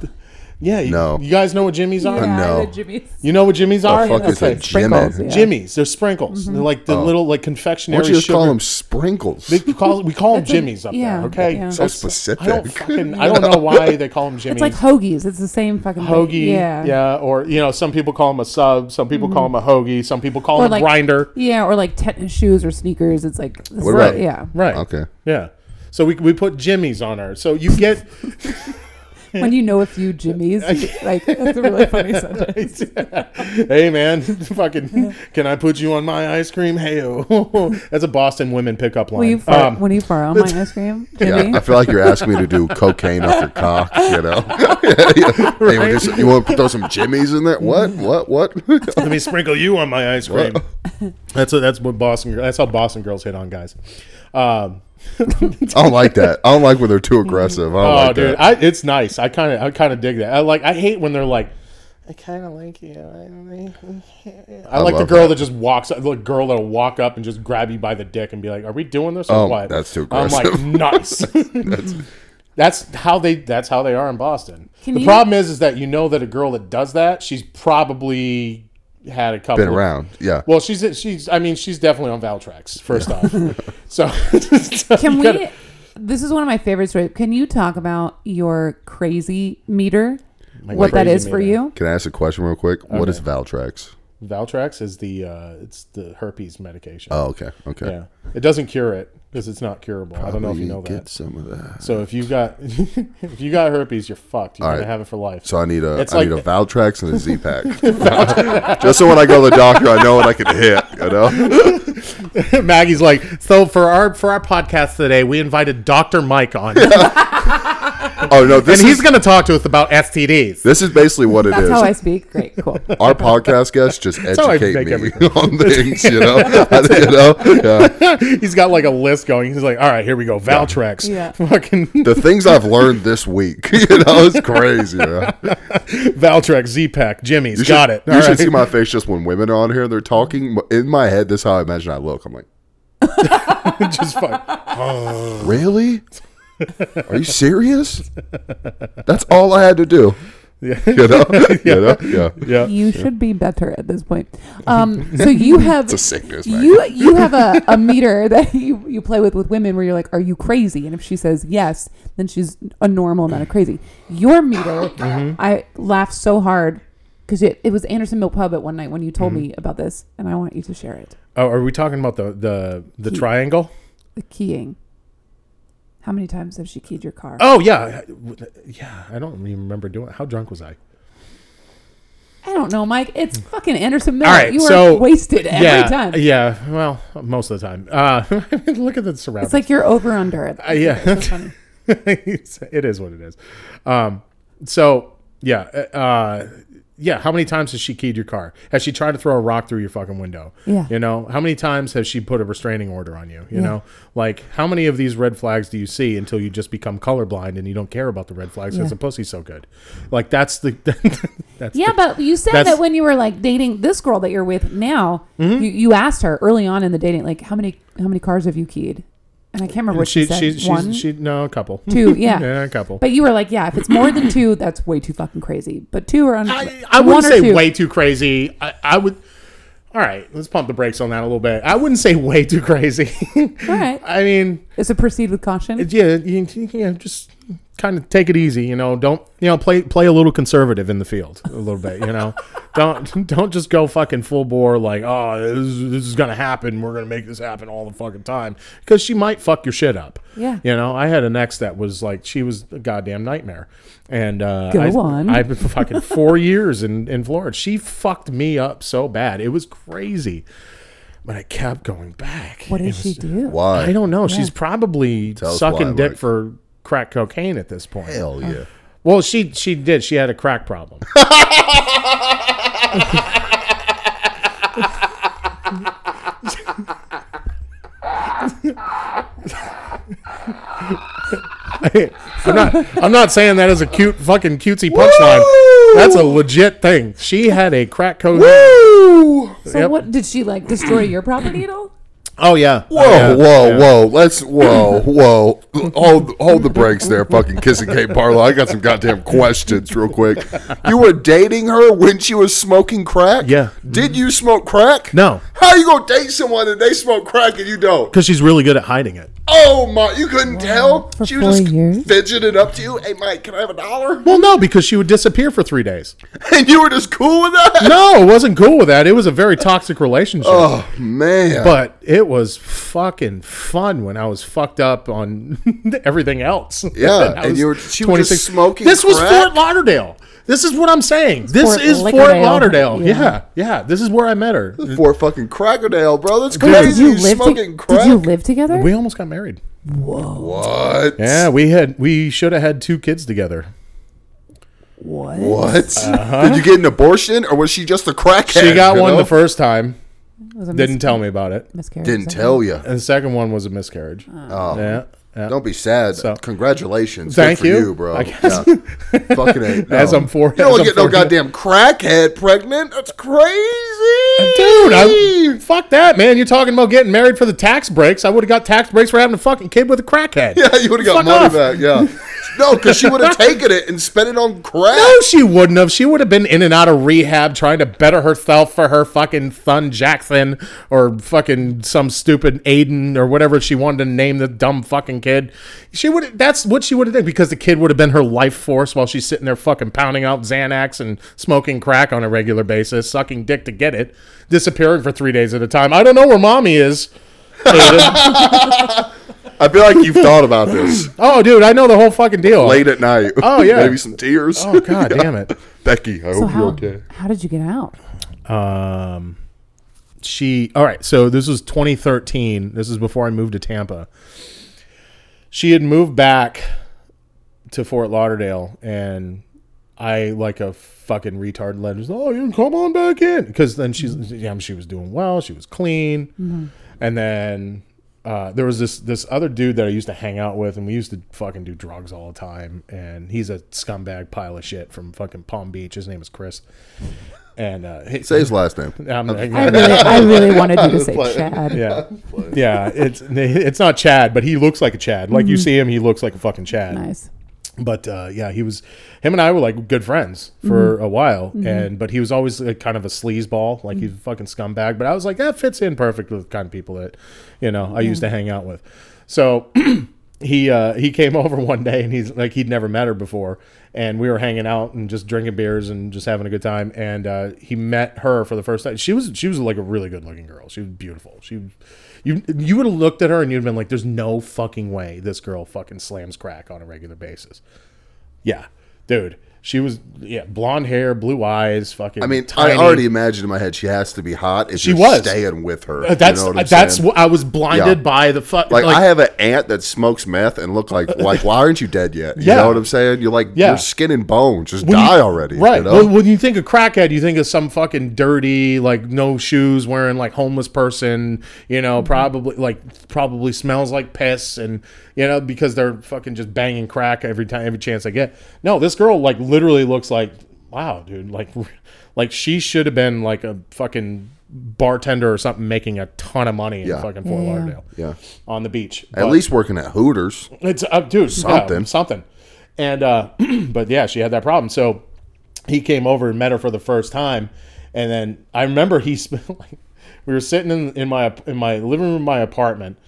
S5: yeah. You,
S4: No.
S5: you guys know what Jimmy's are?
S3: Yeah,
S4: no.
S3: the Jimmy's.
S5: You know what Jimmy's are?
S4: the fuck is
S5: Okay. Mm-hmm.
S4: a Jimmy? Oh.
S3: Sprinkles, yeah.
S5: Jimmy's. They're sprinkles. They're like the little like confectionery.
S4: Why don't you just
S5: sugar.
S4: call them sprinkles?
S5: They call- we call them
S3: That's a-
S5: Jimmy's up
S3: yeah,
S5: there. Okay,
S3: yeah. So
S5: That's-
S4: specific.
S5: I don't fucking. I don't know why they call them Jimmy's.
S3: It's like hoagies. It's the same fucking thing.
S5: hoagie.
S3: Yeah. Mm-hmm.
S5: Yeah. Or you know, some people call them a sub. Some people call them a hoagie. Some people call them a grinder.
S3: Yeah, or like tennis shoes or sneakers. It's like this is-
S4: about-
S3: yeah.
S5: Right.
S4: Okay.
S5: Yeah. So we, we put Jimmy's on her. So you get
S3: When you know a few Jimmys, like that's a really funny sentence.
S5: hey man, fucking can I put you on my ice cream? Hey oh that's a Boston women pickup line.
S3: Will you fart
S5: Um,
S3: when you fart on my ice cream, Jimmy?
S4: Yeah, I feel like you're asking me to do cocaine off your cock, you know? Yeah, yeah. Hey, we just- you want to throw some jimmies in there? What? What? What?
S5: Uh, let me sprinkle you on my ice cream. that's what that's what Boston that's how Boston girls hit on guys. Um
S4: I don't like that. I don't like when they're too aggressive. I don't
S5: Oh,
S4: like
S5: dude,
S4: that.
S5: I, it's nice. I kind of, I kind of dig that. I like. I hate when they're like, I kind of like you. I- I, I, like the
S4: love
S5: girl
S4: that.
S5: that. just walks, the girl that'll walk up and just grab you by the dick and be like, "Are we doing this or
S4: Oh,
S5: what?"
S4: that's too aggressive.
S5: I'm like, nice. that's, how they. That's how they are in Boston.
S3: Can
S5: the
S3: you-
S5: problem is, is that you know that a girl that does that, she's probably had a couple
S4: Been around. Yeah.
S5: Well, she's she's. I mean, she's definitely on Valtrex. First off, so, so
S3: Can
S5: you
S3: we?
S5: gotta-
S3: This is one of my favorite stories. Can you talk about your crazy meter? what that
S5: crazy
S3: is for
S5: meter.
S3: you?
S4: Can I ask a question real quick? What is Valtrex?
S5: Valtrex is the uh, it's the herpes medication.
S4: Oh, okay. Okay.
S5: Yeah, it doesn't cure it because it's not curable. I don't know if you know
S4: get
S5: that.
S4: some of that.
S5: So if you got if you got herpes, you're fucked. You're gonna
S4: right.
S5: have it for life.
S4: So I need a
S5: It's
S4: I
S5: like-
S4: need a Valtrex and a Z pack. Just so when I go to the doctor, I know what I can hit. You know,
S5: Maggie's like, so for our for our podcast today, we invited Doctor Mike on,
S4: oh no, this is
S5: gonna talk to us about STDs.
S4: this is basically what it
S3: That's
S4: is.
S3: how I speak. Great, cool.
S4: Our podcast guests just
S5: how I
S4: educate
S5: make
S4: me
S5: everything.
S4: on things. You know, you know. Yeah.
S5: He's got like a list going. He's like, all right, here we go, Valtrex.
S3: Yeah.
S5: fucking
S4: The things I've learned this week. You know, it's crazy. You, know?
S5: Valtrex, Z Pack, Jimmy's
S4: You should,
S5: got it.
S4: You
S5: All
S4: should
S5: right.
S4: see my face just when women are on here. They're talking in my head. This is how I imagine I look. I'm like,
S5: Just fuck.
S4: really? Are you serious? That's all I had to do.
S5: Yeah.
S4: You know. You know. Yeah.
S5: Yeah.
S3: You should be better at this point. Um, so you have
S4: a sickness, man.
S3: You you have a, a meter that you, you play with with women where you're like, are you crazy? And if she says yes, then she's a normal amount of crazy. Your meter,
S5: Mm-hmm.
S3: I laughed so hard because it, it was Anderson Mill Pub at one night when you
S5: Mm-hmm.
S3: told me about this, and I want you to share it.
S5: Oh, are we talking about the the the triangle?
S3: The keying. How many times have she keyed your car?
S5: Oh yeah, yeah. I don't even remember doing. How drunk was I?
S3: I don't know, Mike. It's fucking Anderson Miller.
S5: Mm. All right,
S3: you are
S5: so
S3: wasted every
S5: yeah,
S3: time.
S5: Yeah, well, most of the time. Uh, look at the surroundings.
S3: It's like you're over under it.
S5: Uh, yeah,
S3: That's funny.
S5: It's- it is what it is. Um, so yeah, uh, yeah. How many times has she keyed your car? Has she tried to throw a rock through your fucking window?
S3: Yeah.
S5: You know, how many times has she put a restraining order on you? You know, like how many of these red flags do you see until you just become colorblind and you don't care about the red flags because
S3: Yeah.
S5: the pussy's so good? Like that's the that's
S3: Yeah, but you said
S5: That's- Mm-hmm.
S3: that when you were like dating this girl that you're with now, you, you asked her early on in the dating, like how many how many cars have you keyed? And I can't remember what she,
S5: she
S3: said.
S5: she
S3: One,
S5: she she no a couple
S3: two, yeah.
S5: yeah a couple.
S3: But you were like, yeah, if it's more than two, that's way too fucking crazy. But two or under,
S5: I, I
S3: one
S5: wouldn't
S3: or
S5: say
S3: two.
S5: way too crazy. I, I would. All right, let's pump the brakes on that a little bit. I wouldn't say way too crazy.
S3: All right,
S5: I mean,
S3: is it proceed with caution?
S5: it- yeah, you, you, you know, just kind of take it easy. You know, don't you know play play a little conservative in the field a little bit. You know, don't don't just go fucking full bore like oh this, is- this is gonna happen. We're gonna make this happen all the fucking time because she might fuck your shit up.
S3: Yeah.
S5: you know, I had an ex that was like she was a goddamn nightmare, and uh,
S3: Go
S5: I,
S3: on.
S5: I I've been fucking four years in, in Florida. She fucked me up so bad. It was crazy. But I kept going back.
S3: what
S5: It
S3: did she
S5: was-
S3: do?
S4: Why?
S5: I don't know. She's probably
S4: Tell us
S5: sucking
S4: why,
S5: dick
S4: Mike.
S5: for crack cocaine at this point.
S4: Hell yeah.
S5: Well, she she did. She had a crack problem. I'm not. I'm not saying that is a cute fucking cutesy punchline. That's a legit thing. She had a crack cocaine.
S3: So
S5: Yep.
S3: what did she like destroy your property at all?
S5: Oh yeah.
S4: Whoa, whoa, whoa! Let's whoa, whoa! Hold, hold the brakes there, fucking kissing Kate Barlow. I got some goddamn questions, real quick. You were dating her when she was smoking crack.
S5: Yeah.
S4: Did you smoke crack?
S5: No.
S4: How you gonna date someone and they smoke crack and you don't?
S5: Because she's really good at hiding it.
S4: Oh my! You couldn't tell.
S3: For
S4: she was
S3: four
S4: just
S3: years?
S4: fidgeting up to you. Hey, Mike, can I have a dollar?
S5: Well, no, because she would disappear for three days.
S4: And you were just cool with that.
S5: No, it wasn't cool with that. It was a very toxic relationship.
S4: Oh man!
S5: But it was fucking fun when I was fucked up on everything else.
S4: Yeah,
S5: I
S4: and
S5: was
S4: you were- she was just smoking
S5: This was
S4: crack?
S5: Fort Lauderdale. This is what I'm saying. This
S3: Fort
S5: is
S3: Lickerdale.
S5: Fort Lauderdale.
S3: Yeah.
S5: Yeah. yeah, This is where I met her.
S4: for fucking Crackerdale, bro, that's
S5: Wait,
S4: crazy.
S3: Did you live? to-
S4: smoking crack?
S3: did you live together?
S5: We almost got married.
S4: what?
S5: Yeah, we had we should have had two kids together.
S3: what?
S4: What? Did you get an abortion, or was she just a crackhead?
S5: Uh-huh. She got
S4: you
S5: one
S4: know?
S5: the first time.
S3: It was a
S5: Didn't tell me about it.
S3: miscarriage.
S4: Didn't
S3: so-
S4: tell you.
S5: And the second one was a miscarriage. Oh. Yeah. yeah.
S4: Don't be sad.
S5: So-
S4: Congratulations.
S5: Thank
S4: Good for
S5: you.
S4: you, bro.
S5: I guess.
S4: Yeah. Fucking ain't.
S5: As
S4: no.
S5: I'm four-
S4: You don't
S5: as
S4: wanna
S5: I'm
S4: get no
S5: four-
S4: goddamn crackhead pregnant. That's crazy,
S5: Dude, I, fuck that, man. You're talking about getting married for the tax breaks. I would have got tax breaks for having a fucking kid with a crackhead.
S4: Yeah, you would have got
S5: Fuck
S4: money
S5: off.
S4: back. Yeah. No, because she would have taken it and spent it on crack.
S5: No, she wouldn't have. She would have been in and out of rehab trying to better herself for her fucking son Jackson or fucking some stupid Aiden or whatever she wanted to name the dumb fucking kid. She would. That's what she would have done because the kid would have been her life force while she's sitting there fucking pounding out Xanax and smoking crack on a regular basis, sucking dick to get it, disappearing for three days at a time. I don't know where mommy is. Aiden.
S4: I feel like you've thought about this
S5: oh, dude, I know the whole fucking deal.
S4: late at night.
S5: Oh, yeah.
S4: Maybe some tears.
S5: Oh god damn it.
S4: Becky, I
S3: So
S4: hope you're
S3: how,
S4: okay.
S3: how did you get out?
S5: um she all right so this was 2013 this is before i moved to tampa she had moved back to fort lauderdale and i like a fucking retard led was, oh you come on back in because then she's yeah, she was doing well she was clean and then uh, there was this this other dude that I used to hang out with, and we used to fucking do drugs all the time. And he's a scumbag pile of shit from fucking Palm Beach. His name is Chris. And uh, he-
S4: Say his last name.
S5: I'm,
S3: I really, I really wanted you to say Chad.
S5: yeah, yeah. It's it's not Chad, but he looks like a Chad. Like you see him, he looks like a fucking Chad.
S3: Nice.
S5: But uh, yeah, he was him and I were like good friends for a while, and but he was always like, kind of a sleazeball, like he's a fucking scumbag. But I was like, that fits in perfect with the kind of people that you know I used to hang out with. So he uh, he came over one day and he's like he'd never met her before, and we were hanging out and just drinking beers and just having a good time. And uh, he met her for the first time. She was she was like a really good looking girl. She was beautiful. She you you would have looked at her and you'd been like, "There's no fucking way this girl fucking slams crack on a regular basis." Yeah, dude. She was yeah, blonde hair, blue eyes, fucking.
S4: I mean,
S5: tiny.
S4: I already imagined in my head she has to be hot if
S5: She
S4: you're
S5: was.
S4: staying with her.
S5: Uh, that's
S4: you know what I'm
S5: that's
S4: saying?
S5: what I was blinded
S4: Yeah.
S5: by the fuck.
S4: like, I have an aunt that smokes meth and look like like why aren't you dead yet? You
S5: Uh, Yeah.
S4: know what I'm saying? You're like
S5: Yeah.
S4: your skin and bone just
S5: when you-
S4: die already.
S5: Right.
S4: You know?
S5: Well, when you think of crackhead, you think of some fucking dirty, like no shoes wearing, like homeless person. You know,
S4: Mm-hmm.
S5: probably like probably smells like piss, and you know because they're fucking just banging crack every time, every chance they get. No, this girl like literally looks like wow, dude. Like, like she should have been like a fucking bartender or something, making a ton of money in
S4: Yeah.
S5: fucking Fort Lauderdale.
S4: Yeah.
S5: On the beach.
S4: At
S5: But-
S4: least working at Hooters.
S5: it's uh, dude, something,
S4: Something.
S5: something, and uh, but yeah, she had that problem. So he came over and met her for the first time, and then I remember he sp- like, we were sitting in, in my in my living room, of my apartment,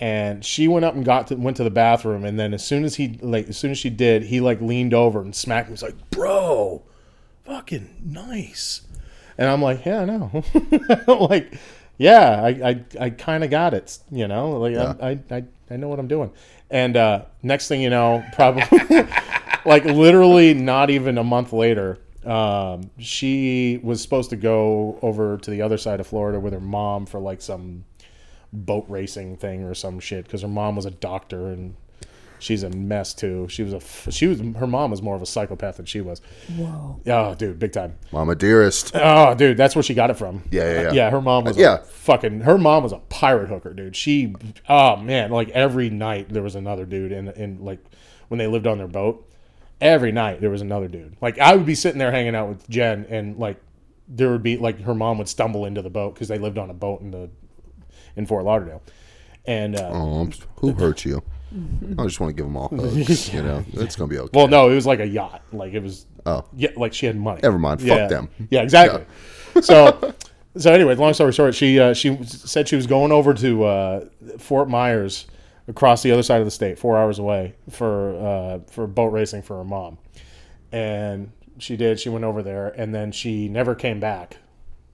S5: and she went up and got to, went to the bathroom, and then as soon as he like as soon as she did, he like leaned over and smacked me. He's like, "Bro, fucking nice," and I'm like, "Yeah, I know," like. Yeah, I, I, I kind of got it, you know. Like I, I, I, I know what I'm doing. And uh, next thing you know, probably like literally not even a month later um, she was supposed to go over to the other side of florida with her mom for like some boat racing thing or some shit because her mom was a doctor and she's a mess too she was a f- she was her mom was more of a psychopath than she was
S3: Whoa.
S5: oh dude big time
S4: Mama dearest.
S5: oh dude that's where she got it from
S4: Yeah, yeah, yeah.
S5: yeah her mom was
S4: Yeah.
S5: a fucking her mom was a pirate hooker dude she oh man like every night there was another dude in in like when they lived on their boat every night there was another dude like i would be sitting there hanging out with jen and like there would be like her mom would stumble into the boat because they lived on a boat in the in fort lauderdale and uh,
S4: Oh, I'm- who hurt you? I just want to give them all hugs. You know, it's gonna be okay.
S5: well no it was like a yacht like it was
S4: Oh.
S5: yeah like she had money
S4: Never mind. Fuck
S5: yeah.
S4: them.
S5: Yeah, exactly. So, so anyway, long story short, she uh, she said she was going over to uh, Fort Myers, across the other side of the state, four hours away, for uh, for boat racing for her mom, and she did. She went over there, and then she never came back.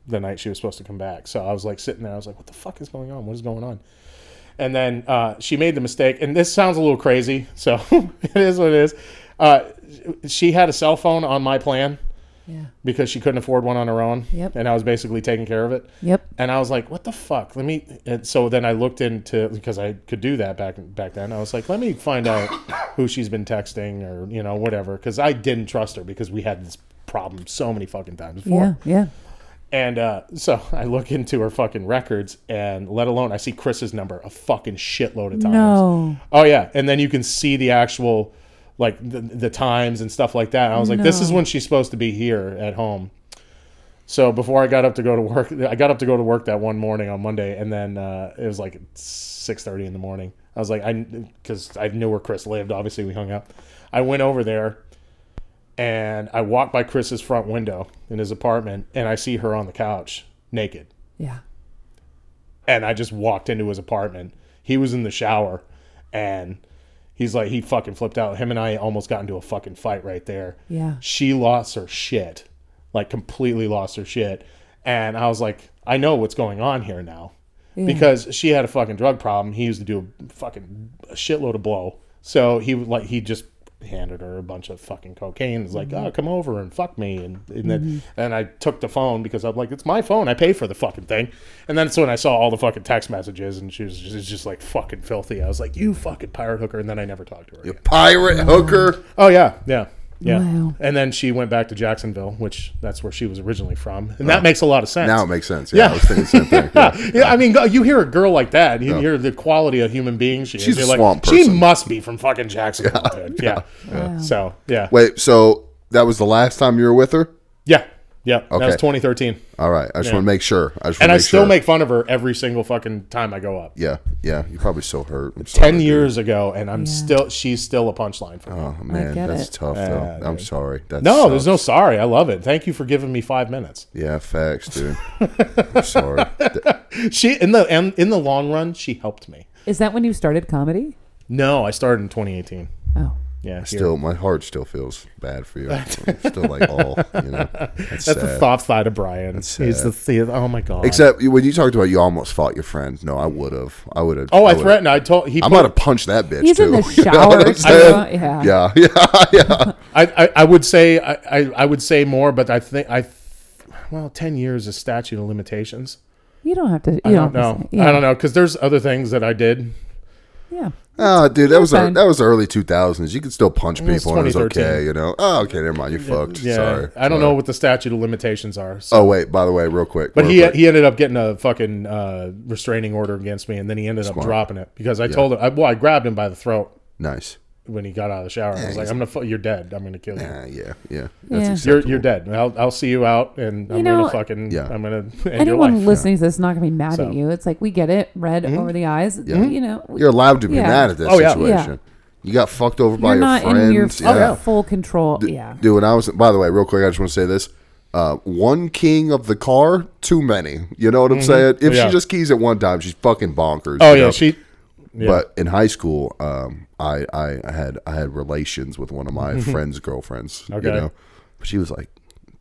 S5: The night she was supposed to come back, so I was like sitting there. I was like, "What the fuck is going on? What is going on?" And then uh, she made the mistake, and this sounds a little crazy, so it is what it is. Uh, she had a cell phone on my plan,
S3: Yeah.
S5: because she couldn't afford one on her own.
S3: Yep.
S5: And I was basically taking care of it.
S3: Yep.
S5: And I was like, "What the fuck? Let me." And so then I looked into because I could do that back back then. I was like, "Let me find out who she's been texting or you know whatever," because I didn't trust her because we had this problem so many fucking times before.
S3: Yeah. Yeah.
S5: And uh, so I look into her fucking records, and let alone I see Chris's number a fucking shitload of times.
S3: No.
S5: Oh yeah, and then you can see the actual, like the, the times and stuff like that. And I was like, this is
S3: No.
S5: when she's supposed to be here at home. So before I got up to go to work, I got up to go to work that one morning on Monday, and then uh, it was like six thirty in the morning. I was like, I because I knew where Chris lived. Obviously, we hung out. I went over there, and I walked by Chris's front window in his apartment, and I see her on the couch naked
S3: Yeah.
S5: and I just walked into his apartment. He was in the shower, and he's like, he fucking flipped out. Him and I almost got into a fucking fight right there.
S3: Yeah.
S5: She lost her shit, like completely lost her shit. And I was like, I know what's going on here now, because she had a fucking drug problem. He used to do a fucking shitload of blow. So he would like he just handed her a bunch of fucking cocaine. It's like, oh, come over and fuck me, and and then and I took the phone because I'm like, it's my phone. I paid for the fucking thing. And then it's when I saw all the fucking text messages, and she was just, it's just like fucking filthy. I was like, you fucking pirate hooker. And then I never talked to her.
S4: You
S5: again.
S4: pirate hooker.
S5: Oh yeah, yeah. Yeah,
S3: Wow.
S5: and then she went back to Jacksonville, which that's where she was originally from, and that makes a lot of sense.
S4: Oh. Now it makes sense. Yeah,
S5: Yeah.
S4: I was thinking the same thing. Yeah.
S5: Yeah, I mean, go- you hear a girl like that, you hear the quality of human being she
S4: She's
S5: is. You're
S4: a
S5: like,
S4: swamp
S5: she
S4: person."
S5: must be from fucking Jacksonville. dude." Yeah. So yeah,
S4: Wait, so that was the last time you were with her?
S5: yeah, yeah. That was
S4: Okay.
S5: 2013,
S4: All right. I just want to make sure. I just
S5: and
S4: wanna
S5: I still
S4: sure.
S5: make fun of her every single fucking time I go up.
S4: Yeah, yeah. You're probably so hurt. I'm sorry,
S5: Ten
S4: dude.
S5: years ago, and I'm still she's still a punchline for me.
S4: Oh man,
S3: get
S4: that's
S3: it.
S4: tough though. I'm sorry. That's
S5: no, there's no sorry. I love it. Thank you for giving me five minutes.
S4: Yeah, facts, dude. I'm sorry. Th-
S5: She in the in, in the long run, she helped me.
S3: Is that when you started comedy?
S5: No, I started in 2018.
S3: Oh.
S5: Yeah, here.
S4: Still, my heart still feels bad for you. I'm still like all, you know. That's,
S5: That's the
S4: sad.
S5: soft side of Brian. He's the, he- oh my god.
S4: Except when you talked about you almost fought your friend. No, I would have. I would have.
S5: oh, I
S4: would've-
S5: threatened. I told he.
S4: I
S5: put-
S4: might have punched that bitch
S3: He's
S4: too.
S3: in the
S4: You know what
S3: shower.
S4: I'm
S3: so-
S4: saying?
S3: yeah.
S4: yeah, yeah, yeah.
S5: I, I, I would say I, I, I would say more, but I think I well, ten years is statute of limitations.
S3: You don't have to. You
S5: I don't
S3: have
S5: know.
S3: to say- yeah.
S5: I don't know because there's other things that I did.
S3: Yeah.
S4: Oh, dude, that was ear-
S3: fine.
S4: that was the early two thousands. You could still punch
S5: was
S4: people and it was
S5: 2013.
S4: okay, you know. Oh, okay, never mind. You fucked.
S5: Yeah,
S4: Sorry.
S5: I
S4: Sorry.
S5: don't know what the statute of limitations are. So.
S4: Oh wait, by the way, real quick.
S5: But
S4: real
S5: he, uh,
S4: quick.
S5: he ended up getting a fucking uh, restraining order against me, and then he ended up dropping it because I told him. I, well, I grabbed him by the throat
S4: nice.
S5: when he got out of the shower. I was like, "I'm gonna, fu- you're dead. I'm gonna kill you.
S4: Uh, yeah, yeah.
S3: Yeah.
S4: That's
S5: You're
S4: acceptable.
S5: you're dead. I'll, I'll see you out, and I'm
S3: know,
S5: gonna fucking
S4: Yeah.
S5: I'm gonna end your
S3: Anyone
S5: life."
S3: listening to this is not going to be mad
S5: So. Mm-hmm.
S3: at you. It's like we get it, red over the eyes. You know,
S4: You're allowed to be
S3: Yeah.
S4: mad at this
S5: Oh, yeah.
S4: situation. You got fucked over by
S3: you're
S4: your
S3: not
S4: friends.
S3: in your
S5: Oh,
S4: yeah.
S3: full control. yeah.
S4: Dude, when I was by the way, real quick, I just want to say this. Uh, one king of the car, too many. You know what I'm saying? If
S5: Mm-hmm. Yeah.
S4: she just keys at one time, she's fucking bonkers.
S5: Oh
S4: you
S5: yeah,
S4: know?
S5: she. Yeah.
S4: But in high school, um, I, I I had I had relations with one of my friends' girlfriends.
S5: Mm-hmm. Okay.
S4: You know, she was like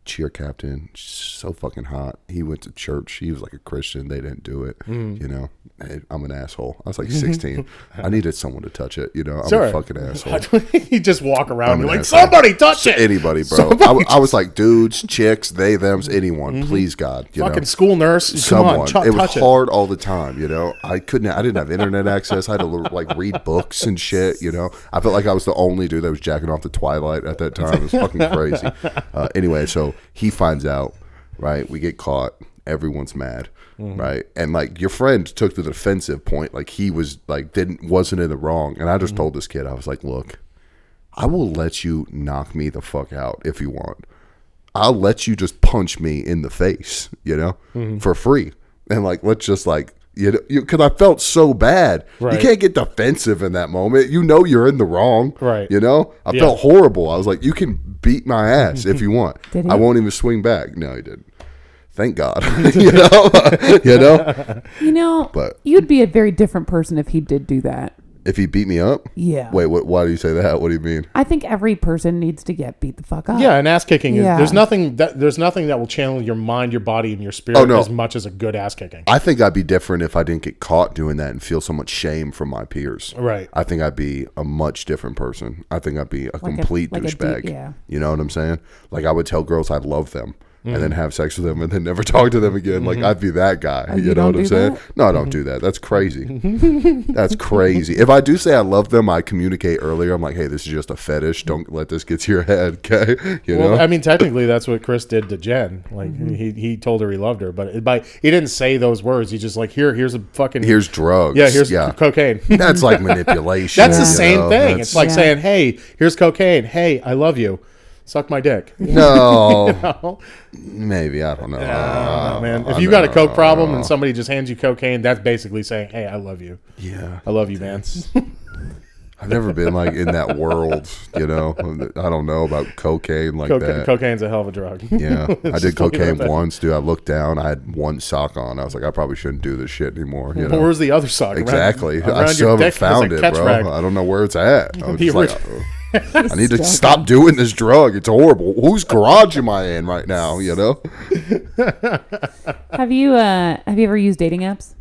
S4: cheer captain. She's so fucking hot. He went to church. He was like a Christian. They didn't do it.
S5: Mm.
S4: You know, Hey, I'm an asshole. I was like 16. I needed someone to touch it. You know, I'm
S5: Sure.
S4: a fucking asshole.
S5: you just walk around
S4: I'm
S5: and
S4: an
S5: like
S4: asshole.
S5: somebody touch it.
S4: Anybody, bro. I, w- I was like dudes, chicks, they, them's, anyone. Please, God. You
S5: Mm-hmm. Fucking
S4: know.
S5: school nurse. Come
S4: someone.
S5: on, ch-
S4: it was
S5: touch
S4: hard all the time, you know. I couldn't. I didn't have internet access. I had to like read books and shit, you know. I felt like I was the only dude that was jacking off to Twilight at that time. It was fucking crazy. Uh, anyway, so he finds out, right? We get caught. Everyone's mad,
S5: Mm-hmm.
S4: right? And like your friend took the defensive point, like he was like didn't wasn't in the wrong. And I
S5: Mm-hmm.
S4: just told this kid, I was like, look. I will let you knock me the fuck out if you want. I'll let you just punch me in the face, you know,
S5: Mm-hmm.
S4: for free. And like, let's just like, you know, because I felt so bad.
S5: Right.
S4: You can't get defensive in that moment. You know you're in the wrong.
S5: Right.
S4: You know, I
S5: Yeah.
S4: felt horrible. I was like, you can beat my ass if you want.
S3: Did he?
S4: I won't even swing back. No, he didn't. Thank God. you know, you know,
S3: You know,
S4: But-
S3: you'd be a very different person if he did do that.
S4: if he beat me up.
S3: Yeah.
S4: Wait, what, why do you say that? What do you mean?
S3: I think every person needs to get beat the fuck up.
S5: Yeah, an ass kicking. Is,
S3: Yeah.
S5: there's nothing that there's nothing that will channel your mind, your body, and your spirit
S4: Oh, no.
S5: as much as a good ass kicking.
S4: I think I'd be different if I didn't get caught doing that and feel so much shame from my peers.
S5: Right.
S4: I think I'd be a much different person. I think I'd be a
S3: a-
S4: complete
S3: like a deep-
S4: douchebag.
S3: yeah.
S4: You know what I'm saying? Like I would tell girls I love them
S5: Mm.
S4: and then have sex with them and then never talk to them again.
S5: Mm-hmm.
S4: Like I'd be that guy. you,
S3: Oh, you
S4: know what
S3: don't
S4: I'm
S3: do
S4: saying?
S3: that?
S4: No, I don't do that. That's crazy. That's crazy. If I do say I love them, I communicate earlier. I'm like, hey, this is just a fetish. Don't let this get to your head. Okay. You
S5: Well,
S4: know?
S5: I mean, technically, that's what Chris did to Jen. Like
S3: Mm-hmm.
S5: he, he told her he loved her, but it, by he didn't say those words. He just like here here's a fucking
S4: here's drugs.
S5: yeah here's cocaine.
S4: That's like manipulation.
S5: That's the
S4: you
S5: same
S4: know?
S5: thing.
S4: That's-
S5: It's like
S3: Yeah.
S5: saying, "Hey, here's cocaine. Hey, I love you. Suck my dick."
S4: no,
S5: No,
S4: Maybe I don't know. Uh,
S5: no, man. If you got a coke problem and somebody just hands you cocaine, that's basically saying, "Hey, I love you.
S4: yeah,
S5: I love you, man."
S4: I've never been like in that world. You know, I don't know about cocaine like
S5: Coca-
S4: that.
S5: Cocaine's a hell of a drug.
S4: Yeah, I did
S5: just leave it at
S4: cocaine
S5: that.
S4: once, dude. I looked down. I had one sock on. I was like, I probably shouldn't do this shit anymore. You
S5: But
S4: know.
S5: where's the other sock? Around-
S4: Exactly.
S5: around
S4: I
S5: your
S4: still haven't
S5: dick as a
S4: found it,
S5: catch
S4: bro.
S5: rag.
S4: I don't know where it's at. I was
S5: The
S4: just like, "Oh, I need to stop doing this drug. It's horrible. Whose garage am I in right now? You know?
S3: Have you uh have you ever used dating apps?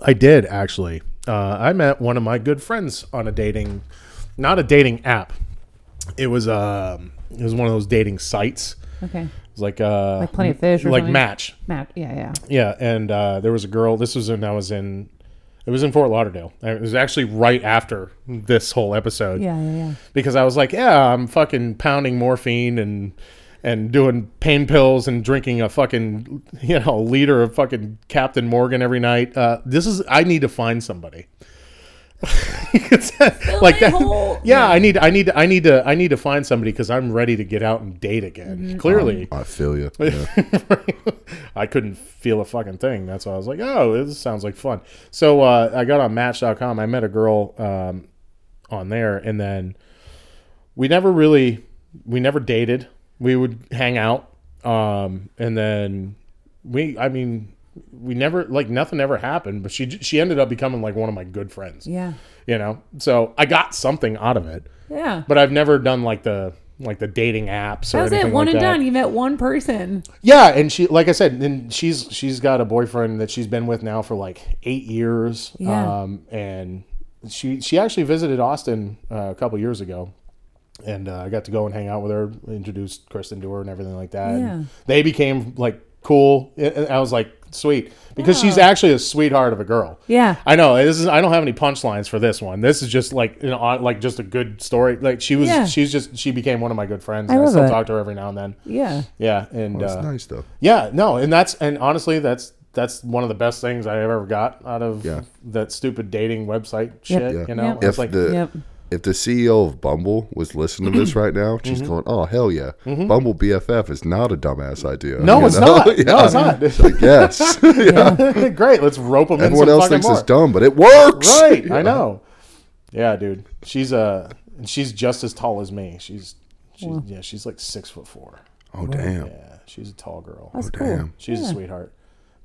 S5: I did actually. Uh, I met one of my good friends on a dating, not a dating app. It was um, it was one of those dating sites.
S3: Okay.
S5: It was like uh,
S3: Like Plenty of Fish or
S5: like
S3: something?
S5: Match.
S3: Matt, yeah, yeah.
S5: Yeah, and uh, there was a girl. This was when I was in. It was in Fort Lauderdale. It was actually right after this whole episode.
S3: Yeah, yeah, yeah.
S5: Because I was like, yeah, I'm fucking pounding morphine and and doing pain pills and drinking a fucking you know liter of fucking Captain Morgan every night. Uh, this is I need to find somebody. It's like
S3: my
S5: that.
S3: hole.
S5: Yeah, I need I need I need to I need to find somebody because I'm ready to get out and date again.
S3: Mm-hmm.
S5: Clearly.
S4: I feel you.
S5: I couldn't feel a fucking thing. That's why I was like, oh, this sounds like fun. So uh, I got on Match.com. I met a girl um, on there, and then we never really, we never dated. We would hang out, um, and then we, I mean, we never like nothing ever happened, but she j- she ended up becoming like one of my good friends.
S3: Yeah.
S5: You know, so I got something out of it,
S3: Yeah.
S5: but I've never done like the like the dating apps or
S3: That's it.
S5: anything
S3: One
S5: like
S3: and
S5: that.
S3: done. You met one person.
S5: Yeah, and she like I said, and she's she's got a boyfriend that she's been with now for like eight years.
S3: Yeah.
S5: Um, and she she actually visited Austin uh, a couple years ago, and uh, I got to go and hang out with her, introduced Kristen to her, and everything like that.
S3: Yeah.
S5: And they became like cool. And and I was like sweet because she's actually a sweetheart of a girl.
S3: Yeah.
S5: I know this is. I don't have any punchlines for this one. This is just like an odd- like just a good story. Like she was.
S3: Yeah.
S5: She's just she became one of my good friends.
S3: I
S5: and I
S3: love
S5: still
S3: it.
S5: talk to her every now and then.
S3: Yeah.
S5: Yeah, and
S4: That's
S5: uh,
S4: nice though.
S5: yeah, no, and that's and honestly, that's that's one of the best things I ever got out of
S4: Yeah.
S5: that stupid dating website shit.
S4: Yeah.
S5: You know,
S3: Yep.
S5: it's
S4: If
S5: like
S4: the
S3: Yep.
S4: if the CEO of Bumble was listening to this right now, she's
S5: Mm-hmm.
S4: going, "Oh hell yeah, Bumble BFF is not a dumbass idea."
S5: no,
S4: You
S5: it's
S4: know?
S5: not. No, it's not.
S4: It's like, yes,
S5: Great, let's rope them.
S4: everyone
S5: in some
S4: else
S5: fucking
S4: thinks
S5: more.
S4: it's dumb, but it works.
S5: Right, I know. Yeah, dude, she's uh, and she's just as tall as me. She's, she's yeah, she's like six foot four.
S4: Oh damn,
S5: Yeah, she's a tall girl.
S3: That's cool.
S4: Oh, damn.
S5: She's a sweetheart,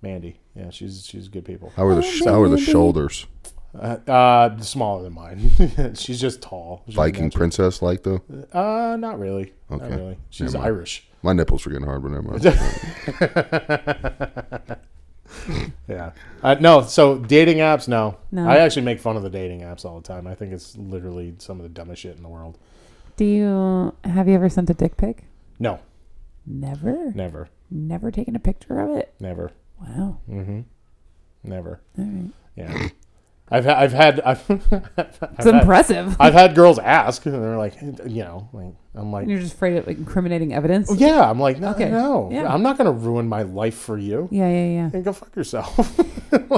S5: Mandy. Yeah, she's she's good people.
S4: How are the sh- how are the shoulders?
S5: Uh, smaller than mine. she's just tall. She's
S4: Viking
S5: natural.
S4: princess like though.
S5: Uh, not really. Not
S4: Okay.
S5: really. She's
S4: Never mind.
S5: Irish.
S4: My nipples were getting hard, but never mind.
S5: Yeah. Uh, no, so dating apps, no.
S3: No.
S5: I actually make fun of the dating apps all the time. I think it's literally some of the dumbest shit in the world.
S3: Do you have you ever sent a dick pic?
S5: No,
S3: Never.
S5: never,
S3: Never taken a picture of it.
S5: never,
S3: Wow.
S5: Mm. never.
S3: All right.
S5: Yeah. I've ha- I've had I've, I've,
S3: It's
S5: had,
S3: impressive.
S5: I've had girls ask, and they're like, you know, like I'm like, oh,
S3: You're just afraid of incriminating evidence.
S5: yeah, I'm like, no,
S3: Okay.
S5: no,
S3: Yeah.
S5: I'm not gonna ruin my life for you.
S3: Yeah, yeah, yeah.
S5: And go fuck yourself.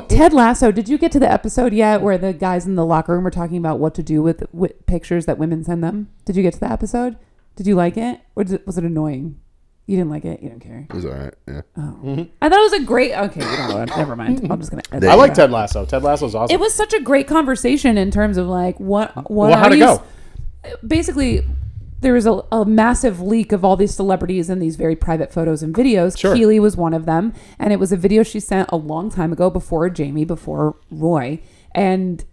S3: Ted Lasso. Did you get to the episode yet where the guys in the locker room are talking about what to do with, with pictures that women send them? Did you get to the episode? Did you like it, or did, was it annoying? You didn't like it. You don't care.
S4: It was all right. Yeah.
S3: Uh, I thought it was a great. Okay, you don't know what- never mind. I'm just gonna. edit
S5: I
S3: it
S5: like
S3: out.
S5: Ted Lasso. Ted Lasso's awesome.
S3: It was such a great conversation in terms of like what what
S5: well,
S3: are
S5: how'd it
S3: you
S5: go?
S3: basically there was a, a massive leak of all these celebrities and these very private photos and videos.
S5: Sure.
S3: Keely was one of them, and it was a video she sent a long time ago before Jamie, before Roy, and